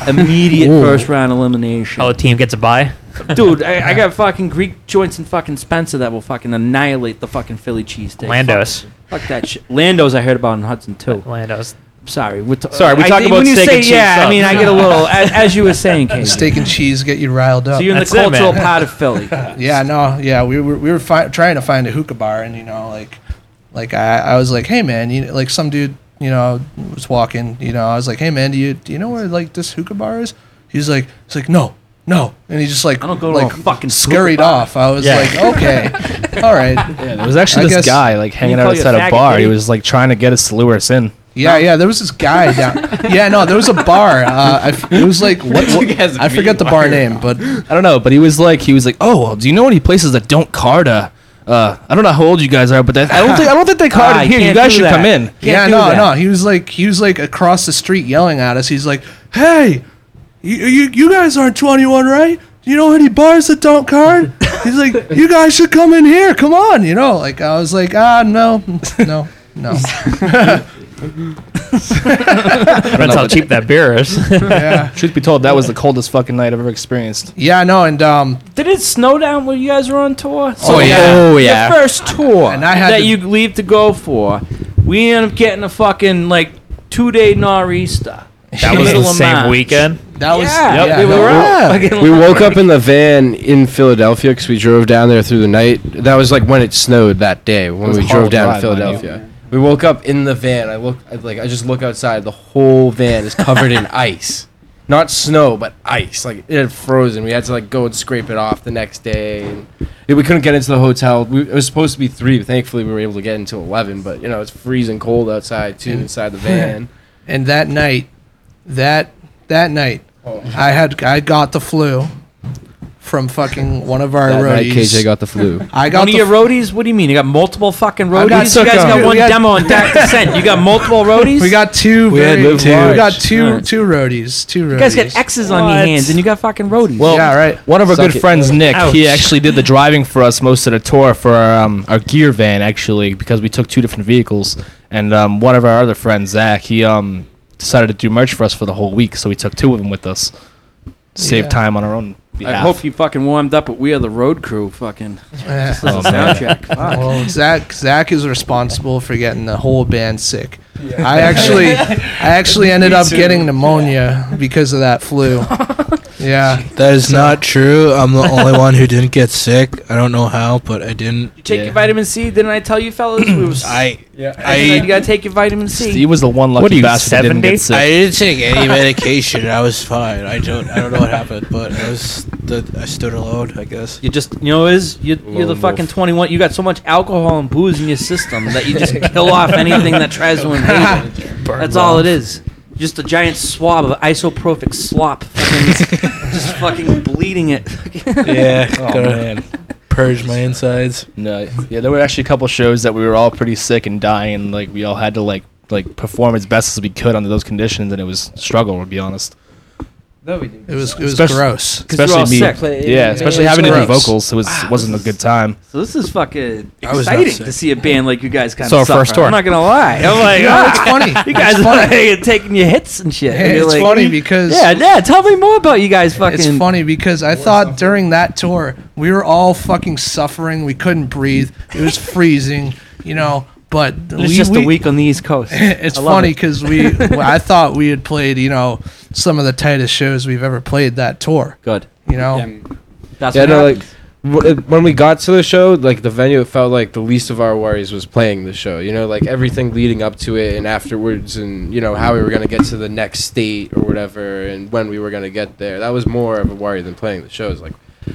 [SPEAKER 2] immediate first round elimination.
[SPEAKER 8] How the team gets a bye.
[SPEAKER 2] Dude, I, I got fucking Greek joints and fucking Spencer that will fucking annihilate the fucking Philly cheesesteak.
[SPEAKER 8] Landos.
[SPEAKER 2] Fuck, fuck that shit. Lando's I heard about in Hudson too.
[SPEAKER 8] Landos.
[SPEAKER 2] I'm sorry. We're t-
[SPEAKER 3] Sorry, we
[SPEAKER 2] Uh, I
[SPEAKER 3] talk
[SPEAKER 2] think
[SPEAKER 3] about
[SPEAKER 2] when you
[SPEAKER 3] steak
[SPEAKER 2] say
[SPEAKER 3] and cheese
[SPEAKER 2] yeah. I
[SPEAKER 3] subs.
[SPEAKER 2] mean, I get a little as, as you were saying, Casey.
[SPEAKER 7] Steak and cheese get you riled up.
[SPEAKER 2] So you're in
[SPEAKER 8] That's
[SPEAKER 2] the
[SPEAKER 8] it,
[SPEAKER 2] cultural
[SPEAKER 8] man.
[SPEAKER 2] part of Philly.
[SPEAKER 7] yeah, no, yeah, we were we were fi- trying to find a hookah bar, and you know, like, like I, I was like, hey man, you know, like some dude, you know, was walking, you know, I was like, hey man, do you do you know where like this hookah bar is? He's like, he's like, no, no, and he just like,
[SPEAKER 2] I don't go to
[SPEAKER 7] like
[SPEAKER 2] a fucking
[SPEAKER 7] scurried
[SPEAKER 2] hookah bar.
[SPEAKER 7] off. I was
[SPEAKER 8] Yeah.
[SPEAKER 7] like, okay, all right,
[SPEAKER 3] There was actually
[SPEAKER 7] I
[SPEAKER 3] this
[SPEAKER 7] guess-
[SPEAKER 3] guy like
[SPEAKER 2] you
[SPEAKER 3] hanging
[SPEAKER 2] call
[SPEAKER 3] out
[SPEAKER 2] you a
[SPEAKER 3] outside a
[SPEAKER 2] faggot,
[SPEAKER 3] bar. He
[SPEAKER 2] Diddy?
[SPEAKER 3] was like trying to get us to lure us in.
[SPEAKER 7] yeah, yeah. There was this guy down. Yeah, no, there was a bar. Uh, I f- it was like what, what-
[SPEAKER 5] guys
[SPEAKER 7] I forget the bar name, but
[SPEAKER 3] I don't know, but he was like, he was like, oh, well, do you know any places that don't card? Uh, uh, I don't know how old you guys are, but that, I don't think I don't think they card
[SPEAKER 2] Ah,
[SPEAKER 3] in
[SPEAKER 2] you
[SPEAKER 3] here. You
[SPEAKER 2] can't
[SPEAKER 3] guys
[SPEAKER 2] do
[SPEAKER 3] should
[SPEAKER 2] that.
[SPEAKER 3] come in.
[SPEAKER 2] Can't
[SPEAKER 7] yeah,
[SPEAKER 2] do
[SPEAKER 7] no,
[SPEAKER 2] that.
[SPEAKER 7] no. He was like, he was like across the street yelling at us. He's like, "Hey, you, you, you guys aren't 21, right? Do you know any bars that don't card?" He's like, "You guys should come in here. Come on, you know." Like I was like, "Ah, no, no, no."
[SPEAKER 8] Depends how cheap that beer is.
[SPEAKER 7] Yeah,
[SPEAKER 3] Truth be told, that was the coldest fucking night I've ever experienced.
[SPEAKER 7] yeah, no, and um,
[SPEAKER 2] Did it snow down when you guys were on tour? So
[SPEAKER 7] yeah.
[SPEAKER 3] oh
[SPEAKER 2] The first tour
[SPEAKER 7] And I had
[SPEAKER 2] that
[SPEAKER 7] to-
[SPEAKER 2] you leave to go for, we end up getting a fucking like two day nor'easter.
[SPEAKER 8] that was the
[SPEAKER 2] Middle of
[SPEAKER 8] same
[SPEAKER 2] March.
[SPEAKER 8] weekend.
[SPEAKER 7] that was
[SPEAKER 2] yeah,
[SPEAKER 7] yeah,
[SPEAKER 2] we
[SPEAKER 7] no,
[SPEAKER 2] were out.
[SPEAKER 7] yeah.
[SPEAKER 2] Fucking
[SPEAKER 5] We
[SPEAKER 2] like-
[SPEAKER 5] woke up in the van in Philadelphia because we drove down there through the night. That was like when it snowed that day when
[SPEAKER 3] was
[SPEAKER 5] we
[SPEAKER 3] a
[SPEAKER 5] drove
[SPEAKER 3] horrible
[SPEAKER 5] down to
[SPEAKER 3] drive, mind you.
[SPEAKER 5] Philadelphia. We woke up in the van. I look I, like I just look outside. The whole van is covered in ice, not snow, but ice. Like it had frozen. We had to like go and scrape it off the next day. And yeah, we couldn't get into the hotel. We, it was supposed to be three. But thankfully, we were able to get into eleven. But you know, it's freezing cold outside too inside the van.
[SPEAKER 7] And that night, that that night, I had I got the flu from fucking one of our
[SPEAKER 5] That night,
[SPEAKER 7] roadies.
[SPEAKER 5] KJ got the flu.
[SPEAKER 7] I got
[SPEAKER 2] One
[SPEAKER 7] the
[SPEAKER 2] of your roadies? What do you mean? You got multiple fucking roadies?
[SPEAKER 7] got
[SPEAKER 2] you guys
[SPEAKER 7] Sicko.
[SPEAKER 2] got
[SPEAKER 7] We
[SPEAKER 2] one
[SPEAKER 7] got-
[SPEAKER 2] demo on Dark Descent. You got multiple roadies?
[SPEAKER 7] We got two.
[SPEAKER 5] We had
[SPEAKER 7] very-
[SPEAKER 5] lived
[SPEAKER 7] two-
[SPEAKER 5] large.
[SPEAKER 7] We got two
[SPEAKER 2] Alright.
[SPEAKER 7] two roadies. Two roadies.
[SPEAKER 2] You guys got X's on your
[SPEAKER 8] What?
[SPEAKER 2] hands and you got fucking roadies.
[SPEAKER 3] Well,
[SPEAKER 7] Yeah, right.
[SPEAKER 3] One of our
[SPEAKER 5] Suck
[SPEAKER 3] good
[SPEAKER 5] it.
[SPEAKER 3] friends, Nick,
[SPEAKER 2] Ouch.
[SPEAKER 3] he actually did the driving for us most of the tour for our, um, our gear van, actually, because we took two different vehicles. And um, one of our other friends, Zach, he um, decided to do merch for us for the whole week, so we took two of them with us. Save
[SPEAKER 7] Yeah.
[SPEAKER 3] time on our own
[SPEAKER 2] I
[SPEAKER 3] behalf.
[SPEAKER 2] hope you fucking warmed up, but we are the road crew fucking
[SPEAKER 7] Yeah.
[SPEAKER 3] Oh, man.
[SPEAKER 2] sound check. Fuck.
[SPEAKER 7] Well, Zach Zach is responsible for getting the whole band sick. I actually, I actually ended up getting pneumonia because of that flu. Yeah,
[SPEAKER 4] That is not true. I'm the only one who didn't get sick. I don't know how, but I didn't.
[SPEAKER 2] You take your vitamin C. Didn't I tell you, fellas? We was,
[SPEAKER 4] I
[SPEAKER 5] Yeah.
[SPEAKER 2] you
[SPEAKER 4] I
[SPEAKER 2] gotta take your vitamin C.
[SPEAKER 3] Steve was the one lucky
[SPEAKER 8] What are you,
[SPEAKER 3] bastard that didn't
[SPEAKER 8] 70?
[SPEAKER 3] get sick.
[SPEAKER 4] I didn't take any medication. I was fine. I don't I don't know what happened, but I was the, I stood alone. I guess.
[SPEAKER 2] You just, you know, what it is you, you're the
[SPEAKER 5] Lone
[SPEAKER 2] fucking
[SPEAKER 5] wolf.
[SPEAKER 2] 21. You got so much alcohol and booze in your system that you just kill off anything that tries to invade it. That's all it is. Just a giant swab of isopropic slop, fucking, just fucking bleeding it.
[SPEAKER 4] Yeah,
[SPEAKER 3] oh
[SPEAKER 4] gotta
[SPEAKER 3] man.
[SPEAKER 4] purge my insides.
[SPEAKER 3] No, yeah, there were actually a couple shows that we were all pretty sick and dying. Like we all had to like like perform as best as we could under those conditions, and it was a struggle. To be honest,
[SPEAKER 7] it was, it was
[SPEAKER 3] Especially-
[SPEAKER 7] gross.
[SPEAKER 2] Because you're all sick.
[SPEAKER 3] Yeah, especially having to do
[SPEAKER 7] gross.
[SPEAKER 3] vocals, it was wasn't a good time.
[SPEAKER 2] So this is fucking
[SPEAKER 4] I was not
[SPEAKER 2] exciting
[SPEAKER 4] sick.
[SPEAKER 2] to see a band like you guys kind of.
[SPEAKER 3] So our first tour.
[SPEAKER 2] I'm not gonna lie. I'm like, ah,
[SPEAKER 7] It's funny.
[SPEAKER 2] you guys are like, taking your hits and shit. And you're
[SPEAKER 7] It's
[SPEAKER 2] like, "Mm."
[SPEAKER 7] funny because
[SPEAKER 2] Yeah, yeah. Tell me more about you guys. Fucking.
[SPEAKER 7] It's funny because I thought during that tour we were all fucking suffering. We couldn't breathe. It was freezing, you know. But
[SPEAKER 2] It's
[SPEAKER 7] we-
[SPEAKER 2] just
[SPEAKER 7] we-
[SPEAKER 2] a week on the East Coast.
[SPEAKER 7] It's
[SPEAKER 2] I love
[SPEAKER 7] funny
[SPEAKER 2] it.
[SPEAKER 7] because we well, I thought we had played you know some of the tightest shows we've ever played that tour.
[SPEAKER 2] Good.
[SPEAKER 7] You know,
[SPEAKER 2] That's
[SPEAKER 5] Yeah,
[SPEAKER 2] what
[SPEAKER 5] no, like
[SPEAKER 2] happens.
[SPEAKER 5] w- uh, when we got to the show, like the venue, it felt like the least of our worries was playing the show. You know, like everything leading up to it and afterwards, and you know how we were gonna get to the next state or whatever, and when we were gonna get there. That was more of a worry than playing the shows. Like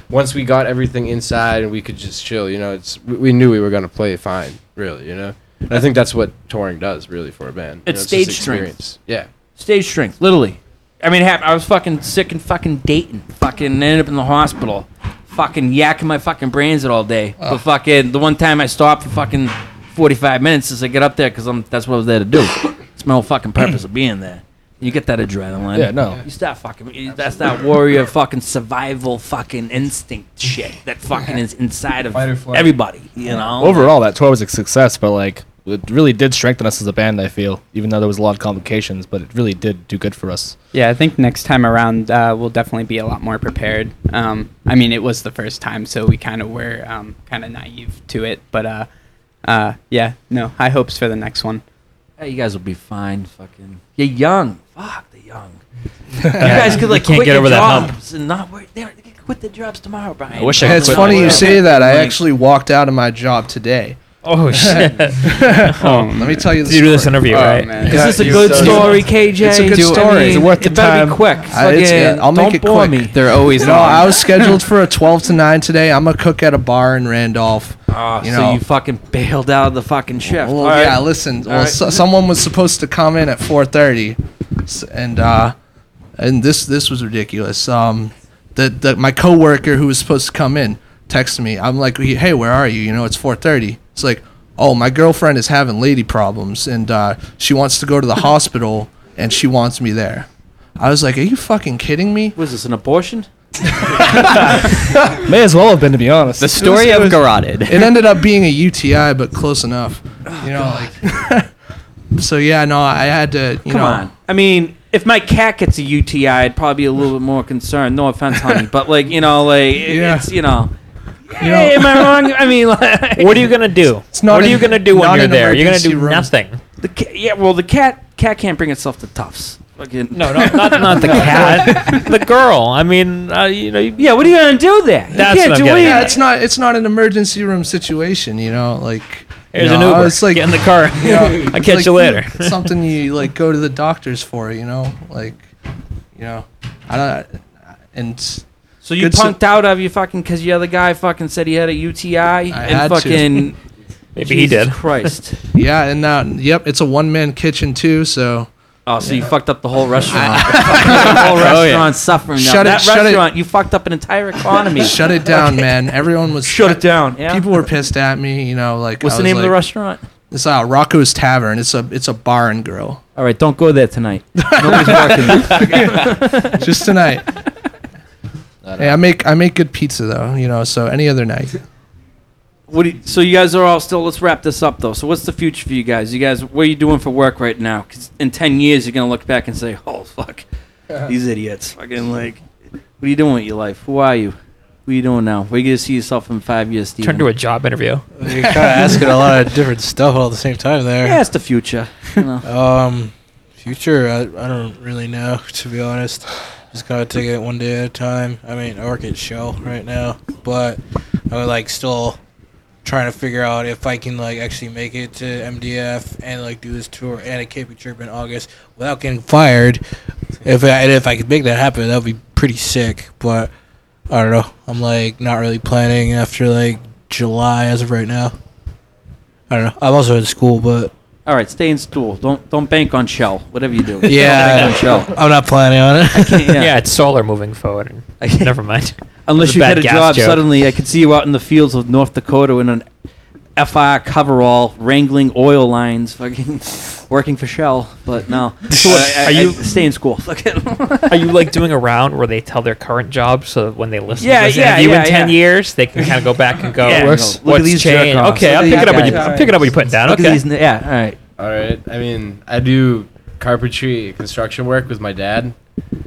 [SPEAKER 5] once we got everything inside and we could just chill, you know, it's we, we knew we were gonna play fine, really. You know, and I think that's what touring does really for a band. You
[SPEAKER 2] It's
[SPEAKER 5] know, just
[SPEAKER 2] stage strength.
[SPEAKER 5] experience. Yeah.
[SPEAKER 2] stage strength, literally. I mean, it happened. I was fucking sick and fucking Dayton. Fucking ended up in the hospital. Fucking yakking my fucking brains out all day. But fucking the one time I stopped for fucking 45 minutes is I get up there because I'm that's what I was there to do. it's my whole fucking purpose of being there. You get that adrenaline.
[SPEAKER 3] Yeah, no.
[SPEAKER 2] You start fucking. you- That's that warrior fucking survival fucking instinct shit that fucking is inside of everybody. You know.
[SPEAKER 3] Overall, that tour was a success, but like it really did strengthen us as a band. I feel, even though there was a lot of complications, but it really did do good for us.
[SPEAKER 6] Yeah, I think next time around uh, we'll definitely be a lot more prepared. Um, I mean, it was the first time, so we kind of were um, kind of naive to it. But uh, uh, yeah, no, high hopes for the next one.
[SPEAKER 2] Hey, you guys will be fine. Fucking, you're young. Fuck, they're young. you guys could like
[SPEAKER 8] can't
[SPEAKER 2] quit
[SPEAKER 8] get
[SPEAKER 2] your
[SPEAKER 8] over that hump.
[SPEAKER 2] jobs and not work. They they could quit their jobs tomorrow, Brian.
[SPEAKER 3] I wish I-
[SPEAKER 7] it's
[SPEAKER 3] Quit
[SPEAKER 7] funny
[SPEAKER 3] my
[SPEAKER 7] you
[SPEAKER 3] job.
[SPEAKER 7] say that. I actually walked out of my job today.
[SPEAKER 8] Oh shit!
[SPEAKER 7] Let me tell you the
[SPEAKER 8] you do this
[SPEAKER 7] story.
[SPEAKER 8] interview,
[SPEAKER 5] Oh,
[SPEAKER 8] right?
[SPEAKER 6] man.
[SPEAKER 2] Is
[SPEAKER 5] Yeah,
[SPEAKER 2] this a
[SPEAKER 5] you
[SPEAKER 2] good
[SPEAKER 5] so-
[SPEAKER 2] story, KJ?
[SPEAKER 7] It's a good
[SPEAKER 2] Do- I
[SPEAKER 7] story.
[SPEAKER 2] mean,
[SPEAKER 7] It's worth the
[SPEAKER 2] it better
[SPEAKER 3] time.
[SPEAKER 2] be quick.
[SPEAKER 7] I- it's-
[SPEAKER 2] Fucking
[SPEAKER 7] yeah, I'll
[SPEAKER 2] don't
[SPEAKER 7] make it
[SPEAKER 2] bore
[SPEAKER 7] quick.
[SPEAKER 2] me.
[SPEAKER 6] They're always
[SPEAKER 7] No,
[SPEAKER 6] on.
[SPEAKER 7] I was scheduled for a 12 to 9 today. I'm going to cook at a bar in Randolph.
[SPEAKER 2] Ah,
[SPEAKER 7] you
[SPEAKER 2] so
[SPEAKER 7] know.
[SPEAKER 2] you fucking bailed out of the fucking shift.
[SPEAKER 7] Well,
[SPEAKER 2] All right.
[SPEAKER 7] yeah. Listen, well,
[SPEAKER 2] right.
[SPEAKER 7] so, someone was supposed to come in at four thirty, and uh, and this this was ridiculous. Um, the, the my coworker who was supposed to come in texted me. I'm like, hey, where are you? You know, it's four thirty. It's like, oh, my girlfriend is having lady problems, and uh, she wants to go to the hospital, and she wants me there. I was like, are you fucking kidding me?
[SPEAKER 2] Was this an abortion?
[SPEAKER 3] May as well have been, to be honest.
[SPEAKER 6] the story
[SPEAKER 7] it was-
[SPEAKER 6] of Garroted.
[SPEAKER 7] it ended up being a UTI, but close enough. You know, like. so yeah, no, I had to. You
[SPEAKER 2] Come
[SPEAKER 7] know,
[SPEAKER 2] on. I mean, if my cat gets a UTI, I'd probably be a little bit more concerned. No offense, honey, but like you know, like it-
[SPEAKER 7] Yeah.
[SPEAKER 2] it's you know.
[SPEAKER 7] You know-
[SPEAKER 2] Hey, am I wrong? I mean, like,
[SPEAKER 8] What are you gonna do?
[SPEAKER 7] not
[SPEAKER 8] what are
[SPEAKER 7] an-
[SPEAKER 8] you gonna do when
[SPEAKER 7] not
[SPEAKER 8] you're
[SPEAKER 7] an
[SPEAKER 8] there? You're gonna
[SPEAKER 7] emergency
[SPEAKER 8] do
[SPEAKER 7] room.
[SPEAKER 8] nothing.
[SPEAKER 2] The ca- yeah, well, the cat cat can't bring itself to Tufts. Fucking
[SPEAKER 8] No, no, not not the cat, the girl. I mean, uh, you know, you-
[SPEAKER 2] Yeah, what are you gonna do there? You
[SPEAKER 8] That's
[SPEAKER 2] can't
[SPEAKER 8] what I'm
[SPEAKER 2] do
[SPEAKER 8] getting
[SPEAKER 7] yeah,
[SPEAKER 2] anything.
[SPEAKER 8] at.
[SPEAKER 7] it's not it's not an emergency room situation, you know. Like
[SPEAKER 8] here's
[SPEAKER 7] you
[SPEAKER 8] an
[SPEAKER 7] know,
[SPEAKER 8] Uber.
[SPEAKER 7] It's like
[SPEAKER 8] Get in the car.
[SPEAKER 7] you know, it's
[SPEAKER 8] I'll catch
[SPEAKER 7] like
[SPEAKER 8] you later.
[SPEAKER 7] it's something you like go to the doctors for, you know. Like, you know, I don't. And
[SPEAKER 2] So you
[SPEAKER 7] Good s-
[SPEAKER 2] punked out of you fucking because the other guy fucking said he had a UTI
[SPEAKER 7] had
[SPEAKER 2] and
[SPEAKER 7] to.
[SPEAKER 2] fucking
[SPEAKER 8] Maybe he
[SPEAKER 2] Jesus
[SPEAKER 8] did.
[SPEAKER 2] Christ.
[SPEAKER 7] yeah, and now yep, it's a one man kitchen too. So
[SPEAKER 2] Oh, so you fucked up the whole restaurant. You fucked up the whole restaurant suffering. now.
[SPEAKER 7] Shut it-
[SPEAKER 2] that
[SPEAKER 7] shut it-
[SPEAKER 2] restaurant, you fucked up an entire economy.
[SPEAKER 7] shut it down, man. Everyone was
[SPEAKER 2] Shut it down. Yeah.
[SPEAKER 7] People were pissed at me, you know. Like,
[SPEAKER 2] What's
[SPEAKER 7] I
[SPEAKER 2] the
[SPEAKER 7] was
[SPEAKER 2] name of the
[SPEAKER 7] like-
[SPEAKER 2] restaurant?
[SPEAKER 7] It's uh, Rocco's Tavern. It's a it's a bar and grill.
[SPEAKER 2] All right, don't go there tonight. Nobody's working.
[SPEAKER 7] just tonight. Hey, I make I make good pizza though, you know. So any other night,
[SPEAKER 2] What do you, so you guys are all still. Let's wrap this up though. So what's the future for you guys? You guys, what are you doing for work right now? 'Cause in ten years you're gonna look back and say, "Oh fuck, these idiots!" Fucking like, what are you doing with your life? Who are you? What are you doing now? Where you gonna see yourself in five years, Steven?
[SPEAKER 8] Turn to a job interview.
[SPEAKER 4] You're kind of asking a lot of different stuff all at the same time there.
[SPEAKER 2] Yeah, it's the future. You know.
[SPEAKER 4] Um, future, I, I don't really know to be honest. Just gotta take it one day at a time. I mean, I work at Shell right now, but I'm like still trying to figure out if I can like actually make it to MDF and like do this tour and a KP trip in August without getting fired. If I and if I could make that happen, that'd be pretty sick. But I don't know. I'm like not really planning after like July as of right now. I don't know. I'm also in school, but
[SPEAKER 2] All right, stay in school. Don't don't bank on Shell. Whatever you do.
[SPEAKER 4] Yeah.
[SPEAKER 2] don't bank on Shell.
[SPEAKER 4] I'm not planning on it.
[SPEAKER 8] Yeah. it's solar moving forward.
[SPEAKER 2] I-
[SPEAKER 8] Never mind. It was
[SPEAKER 2] Unless you
[SPEAKER 8] bad
[SPEAKER 2] get a
[SPEAKER 8] gas
[SPEAKER 2] job
[SPEAKER 8] joke.
[SPEAKER 2] suddenly, I could see you out in the fields of North Dakota in an FR coverall, wrangling oil lines, fucking working for Shell. But no,
[SPEAKER 8] So what,
[SPEAKER 2] I- I-
[SPEAKER 8] are you-
[SPEAKER 2] I stay in school? Fuck it.
[SPEAKER 8] Are you like doing a round where they tell their current job so that when they listen
[SPEAKER 2] Yeah,
[SPEAKER 8] to this
[SPEAKER 2] yeah,
[SPEAKER 8] interview
[SPEAKER 2] yeah,
[SPEAKER 8] in ten
[SPEAKER 2] yeah.
[SPEAKER 8] years they can kind of go back and go,
[SPEAKER 2] Yeah.
[SPEAKER 3] It works.
[SPEAKER 8] what's
[SPEAKER 2] Look at these
[SPEAKER 8] changed?
[SPEAKER 2] jerk-offs.
[SPEAKER 8] Okay,
[SPEAKER 2] Look
[SPEAKER 8] I'm
[SPEAKER 2] at
[SPEAKER 8] picking
[SPEAKER 2] these
[SPEAKER 8] up what you
[SPEAKER 2] guys.
[SPEAKER 8] I'm picking up what you putting down.
[SPEAKER 2] Look at
[SPEAKER 8] Okay,
[SPEAKER 2] these. n- Yeah, all right.
[SPEAKER 5] All right. I mean, I do carpentry construction work with my dad.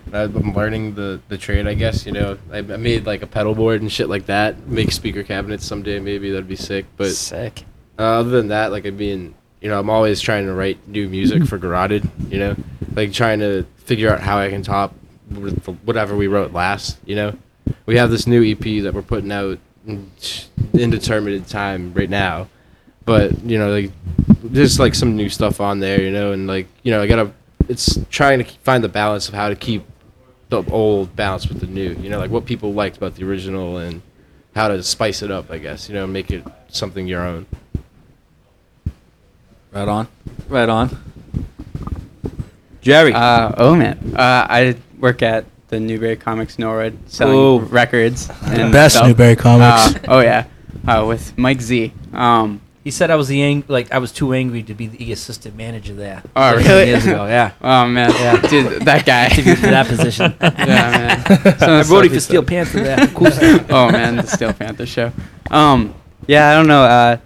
[SPEAKER 5] And I'm learning the, the trade, I guess. You know, I, I made like a pedal board and shit like that. Make speaker cabinets someday, maybe that'd be sick. But
[SPEAKER 8] sick.
[SPEAKER 5] uh, other than that, like I mean, you know, I'm always trying to write new music for Garroted. You know, like trying to figure out how I can top with whatever we wrote last. You know, we have this new EP that we're putting out in indeterminate time right now, but you know, like there's like some new stuff on there. You know, and like you know, I gotta. It's trying to keep- find the balance of how to keep the old balance with the new. You know, like what people liked about the original and how to spice it up. I guess you know, make it something your own.
[SPEAKER 2] Right on. Right on. Jerry.
[SPEAKER 6] Uh, oh man, uh, I work at the Newberry Comics Norwood selling
[SPEAKER 2] Ooh.
[SPEAKER 6] records. And
[SPEAKER 4] Best
[SPEAKER 6] stuff.
[SPEAKER 4] Newberry Comics.
[SPEAKER 6] Uh, oh yeah, uh, with Mike Z. Um,
[SPEAKER 2] he said I was the ang- like I was too angry to be the assistant manager there.
[SPEAKER 6] Oh,
[SPEAKER 2] Like,
[SPEAKER 6] really?
[SPEAKER 2] Years ago, yeah.
[SPEAKER 6] oh man,
[SPEAKER 2] Yeah.
[SPEAKER 6] dude, that guy.
[SPEAKER 2] Interviewed for that position.
[SPEAKER 6] yeah, man. Some
[SPEAKER 2] I voted
[SPEAKER 6] of the stuff he
[SPEAKER 2] for Steel
[SPEAKER 6] said.
[SPEAKER 2] Panther there. Cool stuff.
[SPEAKER 6] oh man, the Steel Panther show. Um, yeah, I don't know. Uh,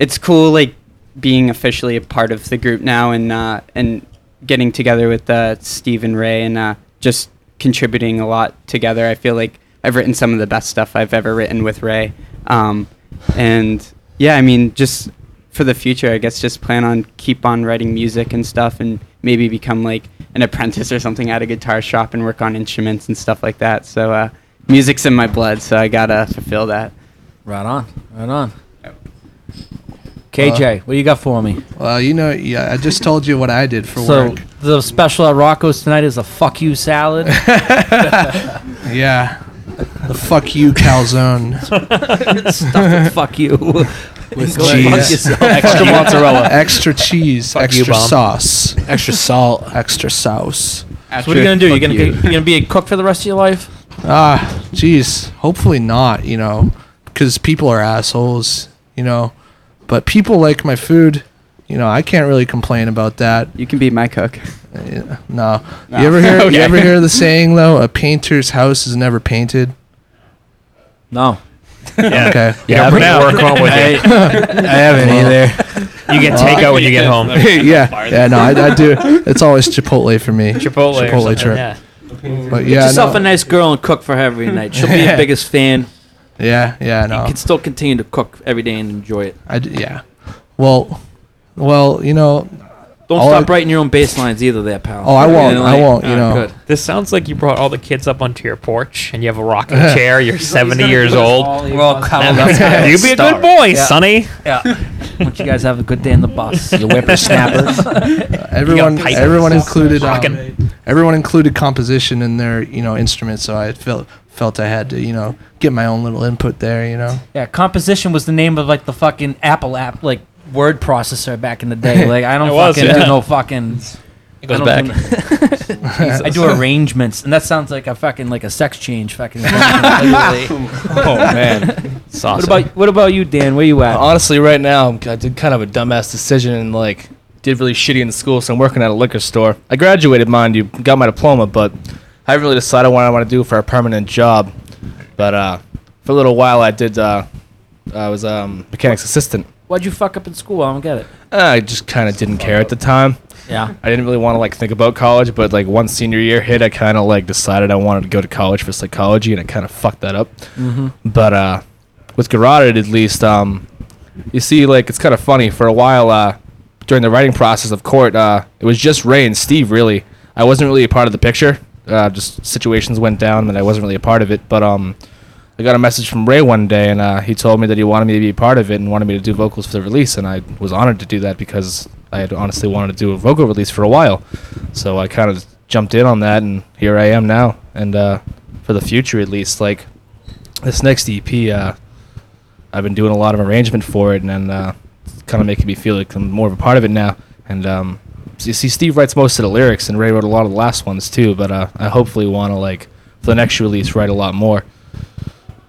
[SPEAKER 6] it's cool, like being officially a part of the group now, and uh, and getting together with uh, Steve and Ray, and uh, just contributing a lot together. I feel like I've written some of the best stuff I've ever written with Ray. Um, and yeah, I mean, just for the future, I guess just plan on keep on writing music and stuff, and maybe become like an apprentice or something at a guitar shop and work on instruments and stuff like that. So uh, music's in my blood, so I gotta fulfill that.
[SPEAKER 2] Right on. Right on.
[SPEAKER 6] Uh,
[SPEAKER 2] KJ, what do you got for me?
[SPEAKER 7] Well, you know, yeah, I just told you what I did for
[SPEAKER 2] So
[SPEAKER 7] work.
[SPEAKER 2] the special at Rocco's tonight is a fuck you salad.
[SPEAKER 7] Yeah. The fuck you calzone.
[SPEAKER 2] Stuff with fuck you. With
[SPEAKER 7] cheese.
[SPEAKER 8] Extra mozzarella.
[SPEAKER 7] extra cheese,
[SPEAKER 8] Fuck you,
[SPEAKER 7] extra
[SPEAKER 8] Bob.
[SPEAKER 7] sauce,
[SPEAKER 4] Extra salt.
[SPEAKER 7] extra sauce.
[SPEAKER 2] So what are you gonna do? You're
[SPEAKER 7] Fuck
[SPEAKER 2] gonna
[SPEAKER 7] you.
[SPEAKER 2] you. are gonna be a cook for the rest of your life?
[SPEAKER 7] Ah, jeez. Hopefully not, you know, because people are assholes, you know. But people like my food. You know, I can't really complain about that.
[SPEAKER 6] You can be my cook.
[SPEAKER 7] Uh, No.
[SPEAKER 6] No.
[SPEAKER 7] You ever hear?
[SPEAKER 6] Okay.
[SPEAKER 7] You ever hear the saying though? A painter's house is never painted.
[SPEAKER 2] No.
[SPEAKER 8] Yeah.
[SPEAKER 7] Okay.
[SPEAKER 8] You don't bring
[SPEAKER 3] now.
[SPEAKER 8] work home with you.
[SPEAKER 4] I haven't either.
[SPEAKER 8] You get takeout when you get home.
[SPEAKER 7] yeah. Yeah. No, I, I do. It's always Chipotle for me.
[SPEAKER 8] Chipotle. or
[SPEAKER 7] Chipotle
[SPEAKER 8] something,
[SPEAKER 7] trip.
[SPEAKER 8] Yeah.
[SPEAKER 7] But
[SPEAKER 2] Get
[SPEAKER 7] yeah.
[SPEAKER 2] yourself
[SPEAKER 7] no.
[SPEAKER 2] a nice girl and cook for her every night. She'll be your biggest fan.
[SPEAKER 7] yeah. Yeah. No.
[SPEAKER 2] You can still continue to cook every day and enjoy it.
[SPEAKER 7] I d- yeah. Well, well, you know.
[SPEAKER 2] Don't
[SPEAKER 7] All
[SPEAKER 2] stop
[SPEAKER 7] I-
[SPEAKER 2] writing your own bass lines either, there, pal.
[SPEAKER 7] Oh, I won't.
[SPEAKER 2] And,
[SPEAKER 7] I won't. You
[SPEAKER 2] oh,
[SPEAKER 7] know.
[SPEAKER 2] good.
[SPEAKER 8] This sounds like you brought all the kids up onto your porch and you have a rocking chair. You're 70 years old.
[SPEAKER 2] We're all cuddled up.
[SPEAKER 8] You'd be a good boy, Sonny.
[SPEAKER 2] Won't you guys have a good day in the bus? You whippersnappers.
[SPEAKER 7] Everyone,
[SPEAKER 8] pipe
[SPEAKER 7] everyone
[SPEAKER 8] yourself.
[SPEAKER 7] included. Um,
[SPEAKER 8] Rockin'.
[SPEAKER 7] everyone included composition in their, you know, instruments. So I felt felt I had to, you know, get my own little input there. You know.
[SPEAKER 2] yeah, composition was the name of like the fucking Apple app, like word processor back in the day. Like I don't
[SPEAKER 8] It was,
[SPEAKER 2] fucking
[SPEAKER 8] yeah.
[SPEAKER 2] do no fucking.
[SPEAKER 8] It goes
[SPEAKER 2] I
[SPEAKER 8] back.
[SPEAKER 2] don't do- I do arrangements, and that sounds like a fucking like a sex change. Fucking.
[SPEAKER 3] Oh man.
[SPEAKER 2] what about what about you, Dan? Where you at?
[SPEAKER 3] Honestly, right now I'm- I did kind of a dumbass decision and like did really shitty in school, so I'm working at a liquor store. I graduated, mind you, got my diploma, but I haven't really decided what I want to do for a permanent job. But uh, for a little while, I did. Uh, I was um, mechanics assistant.
[SPEAKER 2] Why'd you fuck up in school? I don't get it.
[SPEAKER 3] Uh, I just kind of didn't care at the time.
[SPEAKER 2] Yeah.
[SPEAKER 3] I didn't really want to like think about college, but like once senior year hit, I kind of like decided I wanted to go to college for psychology, and I kind of fucked that up.
[SPEAKER 2] Mm-hmm.
[SPEAKER 3] But uh, with Garroted, at least, um, you see, like it's kind of funny. For a while, uh, during the writing process of court, uh, it was just Ray and Steve. Really, I wasn't really a part of the picture. Uh, just situations went down, and I wasn't really a part of it. But um, I got a message from Ray one day, and uh, he told me that he wanted me to be a part of it and wanted me to do vocals for the release, and I was honored to do that because I had honestly wanted to do a vocal release for a while. So I kind of jumped in on that, and here I am now. And uh, for the future, at least, like this next EP, uh, I've been doing a lot of arrangement for it, and then uh, it's kind of making me feel like I'm more of a part of it now. And um, so you see, Steve writes most of the lyrics, and Ray wrote a lot of the last ones too. But uh, I hopefully want to like for the next release write a lot more.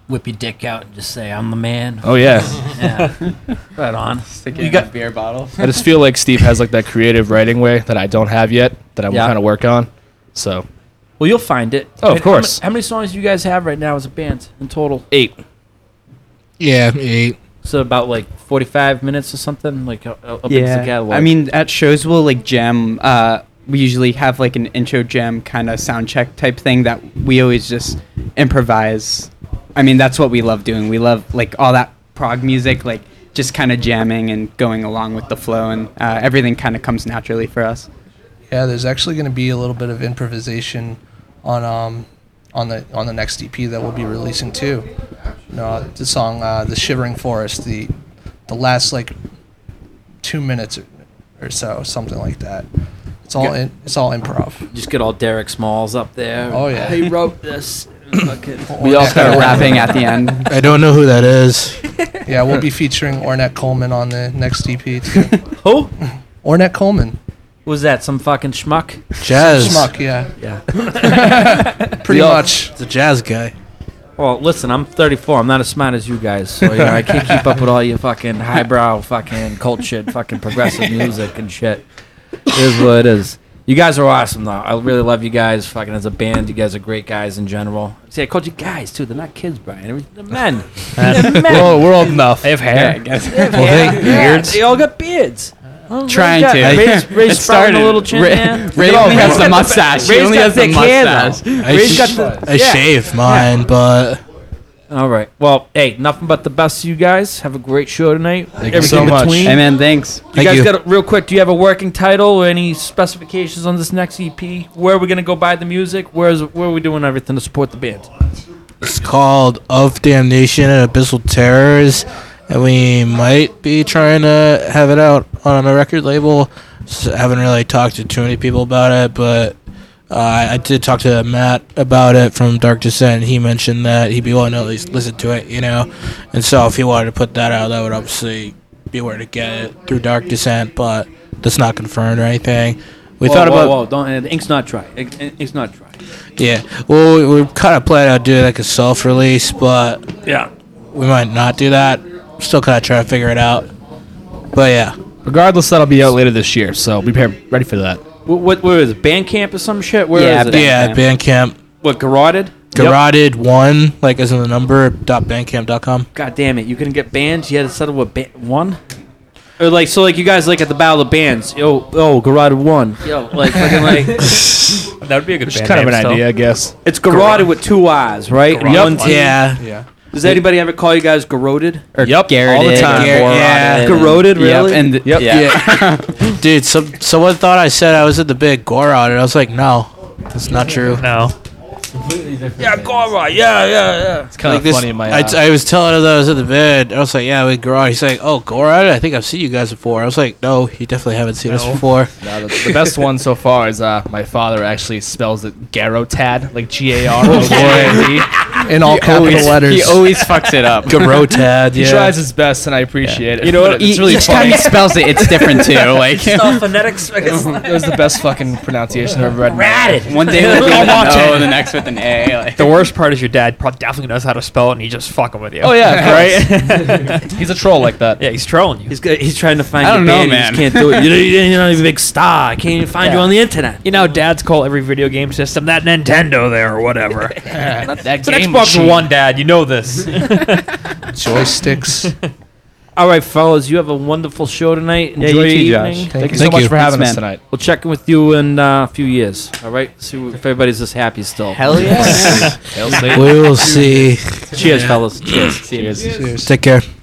[SPEAKER 2] Whip your dick out and just say, I'm the man.
[SPEAKER 3] Oh yeah,
[SPEAKER 2] Yeah. right on.
[SPEAKER 6] Stick it in got- a beer bottle.
[SPEAKER 3] I just feel like Steve has like that creative writing way that I don't have yet that I'm
[SPEAKER 2] Yeah.
[SPEAKER 3] trying to work on. So
[SPEAKER 2] Well, you'll find it.
[SPEAKER 3] Oh, of
[SPEAKER 2] And how many-
[SPEAKER 3] course.
[SPEAKER 2] How, many songs do you guys have right now as a band in total?
[SPEAKER 3] eight.
[SPEAKER 4] Yeah, eight.
[SPEAKER 2] So about like 45 minutes or something? Like, how, how big's the catalog?
[SPEAKER 6] I mean, at shows we'll like jam. Uh, we usually have like an intro jam kind of sound check type thing that we always just improvise. I mean, that's what we love doing. We love like all that prog music, like just kind of jamming and going along with the flow, and uh, everything kind of comes naturally for us.
[SPEAKER 7] Yeah, there's actually going to be a little bit of improvisation on um on the on the next EP that we'll be releasing too. No, the song uh, "The Shivering Forest," the the last like two minutes or, or so, something like that. It's all in, it's all improv.
[SPEAKER 2] just get all Derek Smalls up there.
[SPEAKER 7] Oh, yeah.
[SPEAKER 2] He wrote this. Fucking.
[SPEAKER 6] We all start rapping at the end.
[SPEAKER 4] I don't know who that is.
[SPEAKER 7] Yeah, we'll be featuring Ornette Coleman on the next EP too.
[SPEAKER 2] Who?
[SPEAKER 7] Ornette Coleman,
[SPEAKER 2] Was that some fucking schmuck?
[SPEAKER 4] Jazz.
[SPEAKER 7] schmuck, yeah,
[SPEAKER 2] Yeah.
[SPEAKER 7] pretty much.
[SPEAKER 4] It's a jazz guy.
[SPEAKER 2] Well, listen, I'm 34. I'm not as smart as you guys, so you know, I can't keep up with all your fucking highbrow, fucking cult shit, fucking progressive music and shit. It is what it is. You guys are awesome, though. I really love you guys. Fucking as a band, you guys are great guys in general. See, I called you guys too. They're not kids, Brian. They're men. They're men.
[SPEAKER 3] We're all, we're old enough.
[SPEAKER 8] I have
[SPEAKER 6] Yeah, I
[SPEAKER 8] hair.
[SPEAKER 6] guess.
[SPEAKER 2] Yeah,
[SPEAKER 4] they-
[SPEAKER 2] yeah,
[SPEAKER 4] beards?
[SPEAKER 2] They all got beards. Oh, Ray's
[SPEAKER 6] Trying
[SPEAKER 2] got-
[SPEAKER 6] to.
[SPEAKER 2] Ray's,
[SPEAKER 6] It
[SPEAKER 2] Ray's sprouting a
[SPEAKER 6] started.
[SPEAKER 2] little chin,
[SPEAKER 6] Ray-
[SPEAKER 2] man.
[SPEAKER 6] Ray
[SPEAKER 2] Look,
[SPEAKER 6] only
[SPEAKER 2] he's
[SPEAKER 6] has the
[SPEAKER 2] got
[SPEAKER 6] mustache. He
[SPEAKER 2] Ray's
[SPEAKER 6] only
[SPEAKER 2] got
[SPEAKER 6] has the
[SPEAKER 2] thick hair, though.
[SPEAKER 6] mustache.
[SPEAKER 4] I,
[SPEAKER 2] Ray's
[SPEAKER 4] sh-
[SPEAKER 2] got the-
[SPEAKER 4] I
[SPEAKER 2] yeah.
[SPEAKER 4] shave mine, but
[SPEAKER 2] All right. Well, hey, nothing but the best to you guys. Have a great show tonight. Thank
[SPEAKER 3] you so much.
[SPEAKER 6] Hey man, thanks.
[SPEAKER 2] You
[SPEAKER 4] Thank
[SPEAKER 2] guys
[SPEAKER 4] you.
[SPEAKER 2] got a, real quick. Do you have a working title or any specifications on this next EP? Where are we gonna go buy the music? Where's where are we doing everything to support the band?
[SPEAKER 4] it's called Of Damnation and Abyssal Terrors, and we might be trying to have it out on a record label. S haven't really talked to too many people about it, but uh, I did talk to Matt about it from Dark Descent. He mentioned that he'd be willing to at least listen to it, you know. And so if he wanted to put that out, that would obviously be where to get it through Dark Descent, but that's not confirmed or anything. We thought about
[SPEAKER 2] whoa, don't uh, ink's not dry. Ink, ink- ink's not dry.
[SPEAKER 4] yeah. Well, we, we kind of planning on doing like a self release, but
[SPEAKER 2] Yeah.
[SPEAKER 4] we might not do that. Still kind of trying to figure it out. But yeah,
[SPEAKER 3] Regardless, that'll be out later this year. So be pre- ready for that.
[SPEAKER 2] What, what where is it? Bandcamp or some shit? Where is
[SPEAKER 6] Yeah,
[SPEAKER 2] it?
[SPEAKER 6] Bandcamp.
[SPEAKER 4] yeah, Bandcamp.
[SPEAKER 2] What garroted?
[SPEAKER 4] Garroted one, like as in the number, dot bandcamp.com.
[SPEAKER 2] God damn it! You couldn't get bands. You had to settle with ba- one. Or like so, like you guys like at the Battle of Bands. Yo, oh, garroted one. Yo, like fucking like.
[SPEAKER 8] That would be a good
[SPEAKER 3] Just
[SPEAKER 8] band
[SPEAKER 3] kind of an
[SPEAKER 8] name still.
[SPEAKER 3] idea, I guess.
[SPEAKER 2] It's garroted with two I's, right? And one T.
[SPEAKER 4] Yeah.
[SPEAKER 2] Does anybody ever call you guys garroted?
[SPEAKER 6] Or yep, Garrett.
[SPEAKER 3] all the time.
[SPEAKER 4] Garrett, yeah.
[SPEAKER 2] Corroded, really?
[SPEAKER 6] Yep, and
[SPEAKER 3] Yep.
[SPEAKER 6] yeah.
[SPEAKER 4] Dude, some, someone thought I said I was at the big Gorod, and I was like, no, that's not true.
[SPEAKER 8] No.
[SPEAKER 2] Yeah, garroted. Yeah, yeah, yeah.
[SPEAKER 3] It's kind
[SPEAKER 4] Like this- I, I was telling him that I was at the bed. I was like, "Yeah, we Gorod." He's like, "Oh, Gorod? I think I've seen you guys before." I was like, "No, you definitely haven't seen us before."
[SPEAKER 3] Uh, the, the best one so far is uh, my father actually spells it Garotad, like G A R O T A D.
[SPEAKER 7] In all capital letters.
[SPEAKER 6] He Oh, always fucks it up.
[SPEAKER 4] Garotad,
[SPEAKER 3] He
[SPEAKER 4] yeah.
[SPEAKER 3] tries his best, and I appreciate it.
[SPEAKER 6] You know
[SPEAKER 3] But
[SPEAKER 6] what?
[SPEAKER 3] It's really
[SPEAKER 6] each
[SPEAKER 3] funny.
[SPEAKER 6] time he spells it, it's different too. Like
[SPEAKER 2] all phonetics.
[SPEAKER 3] it was the best fucking pronunciation I've ever read. in my life.
[SPEAKER 6] one day we'll be
[SPEAKER 8] I'll
[SPEAKER 6] with
[SPEAKER 8] watch
[SPEAKER 6] an O
[SPEAKER 8] it.
[SPEAKER 6] and the next with an A. Like.
[SPEAKER 8] The worst part is your dad probably definitely knows how to spell it, and he's just fucking with you.
[SPEAKER 3] Oh yeah, right.
[SPEAKER 8] yeah.
[SPEAKER 3] He's a troll like that.
[SPEAKER 8] yeah, he's trolling you.
[SPEAKER 2] He's, go- he's trying to find
[SPEAKER 6] I
[SPEAKER 2] your
[SPEAKER 6] don't know,
[SPEAKER 2] band, He
[SPEAKER 6] man.
[SPEAKER 2] just can't do it. You know, you- you're not even a big star. I can't even find you
[SPEAKER 8] Yeah.
[SPEAKER 2] on the internet.
[SPEAKER 8] You know, dads call every video game system that Nintendo there or whatever. it's
[SPEAKER 3] That
[SPEAKER 8] an Xbox One, Dad. You know this.
[SPEAKER 7] joysticks.
[SPEAKER 2] All right, fellas, you have a wonderful show tonight. Enjoy
[SPEAKER 6] you
[SPEAKER 2] your
[SPEAKER 6] too,
[SPEAKER 2] evening.
[SPEAKER 6] Josh.
[SPEAKER 3] Thank you so
[SPEAKER 4] Thank
[SPEAKER 3] much
[SPEAKER 4] you.
[SPEAKER 3] for having
[SPEAKER 6] Thanks,
[SPEAKER 3] us
[SPEAKER 6] man.
[SPEAKER 3] tonight.
[SPEAKER 2] We'll check in with you in uh, a few years. All right, see if everybody's as happy still.
[SPEAKER 6] Hell yeah!
[SPEAKER 4] we will see.
[SPEAKER 2] Cheers, fellas. Cheers.
[SPEAKER 4] Take care.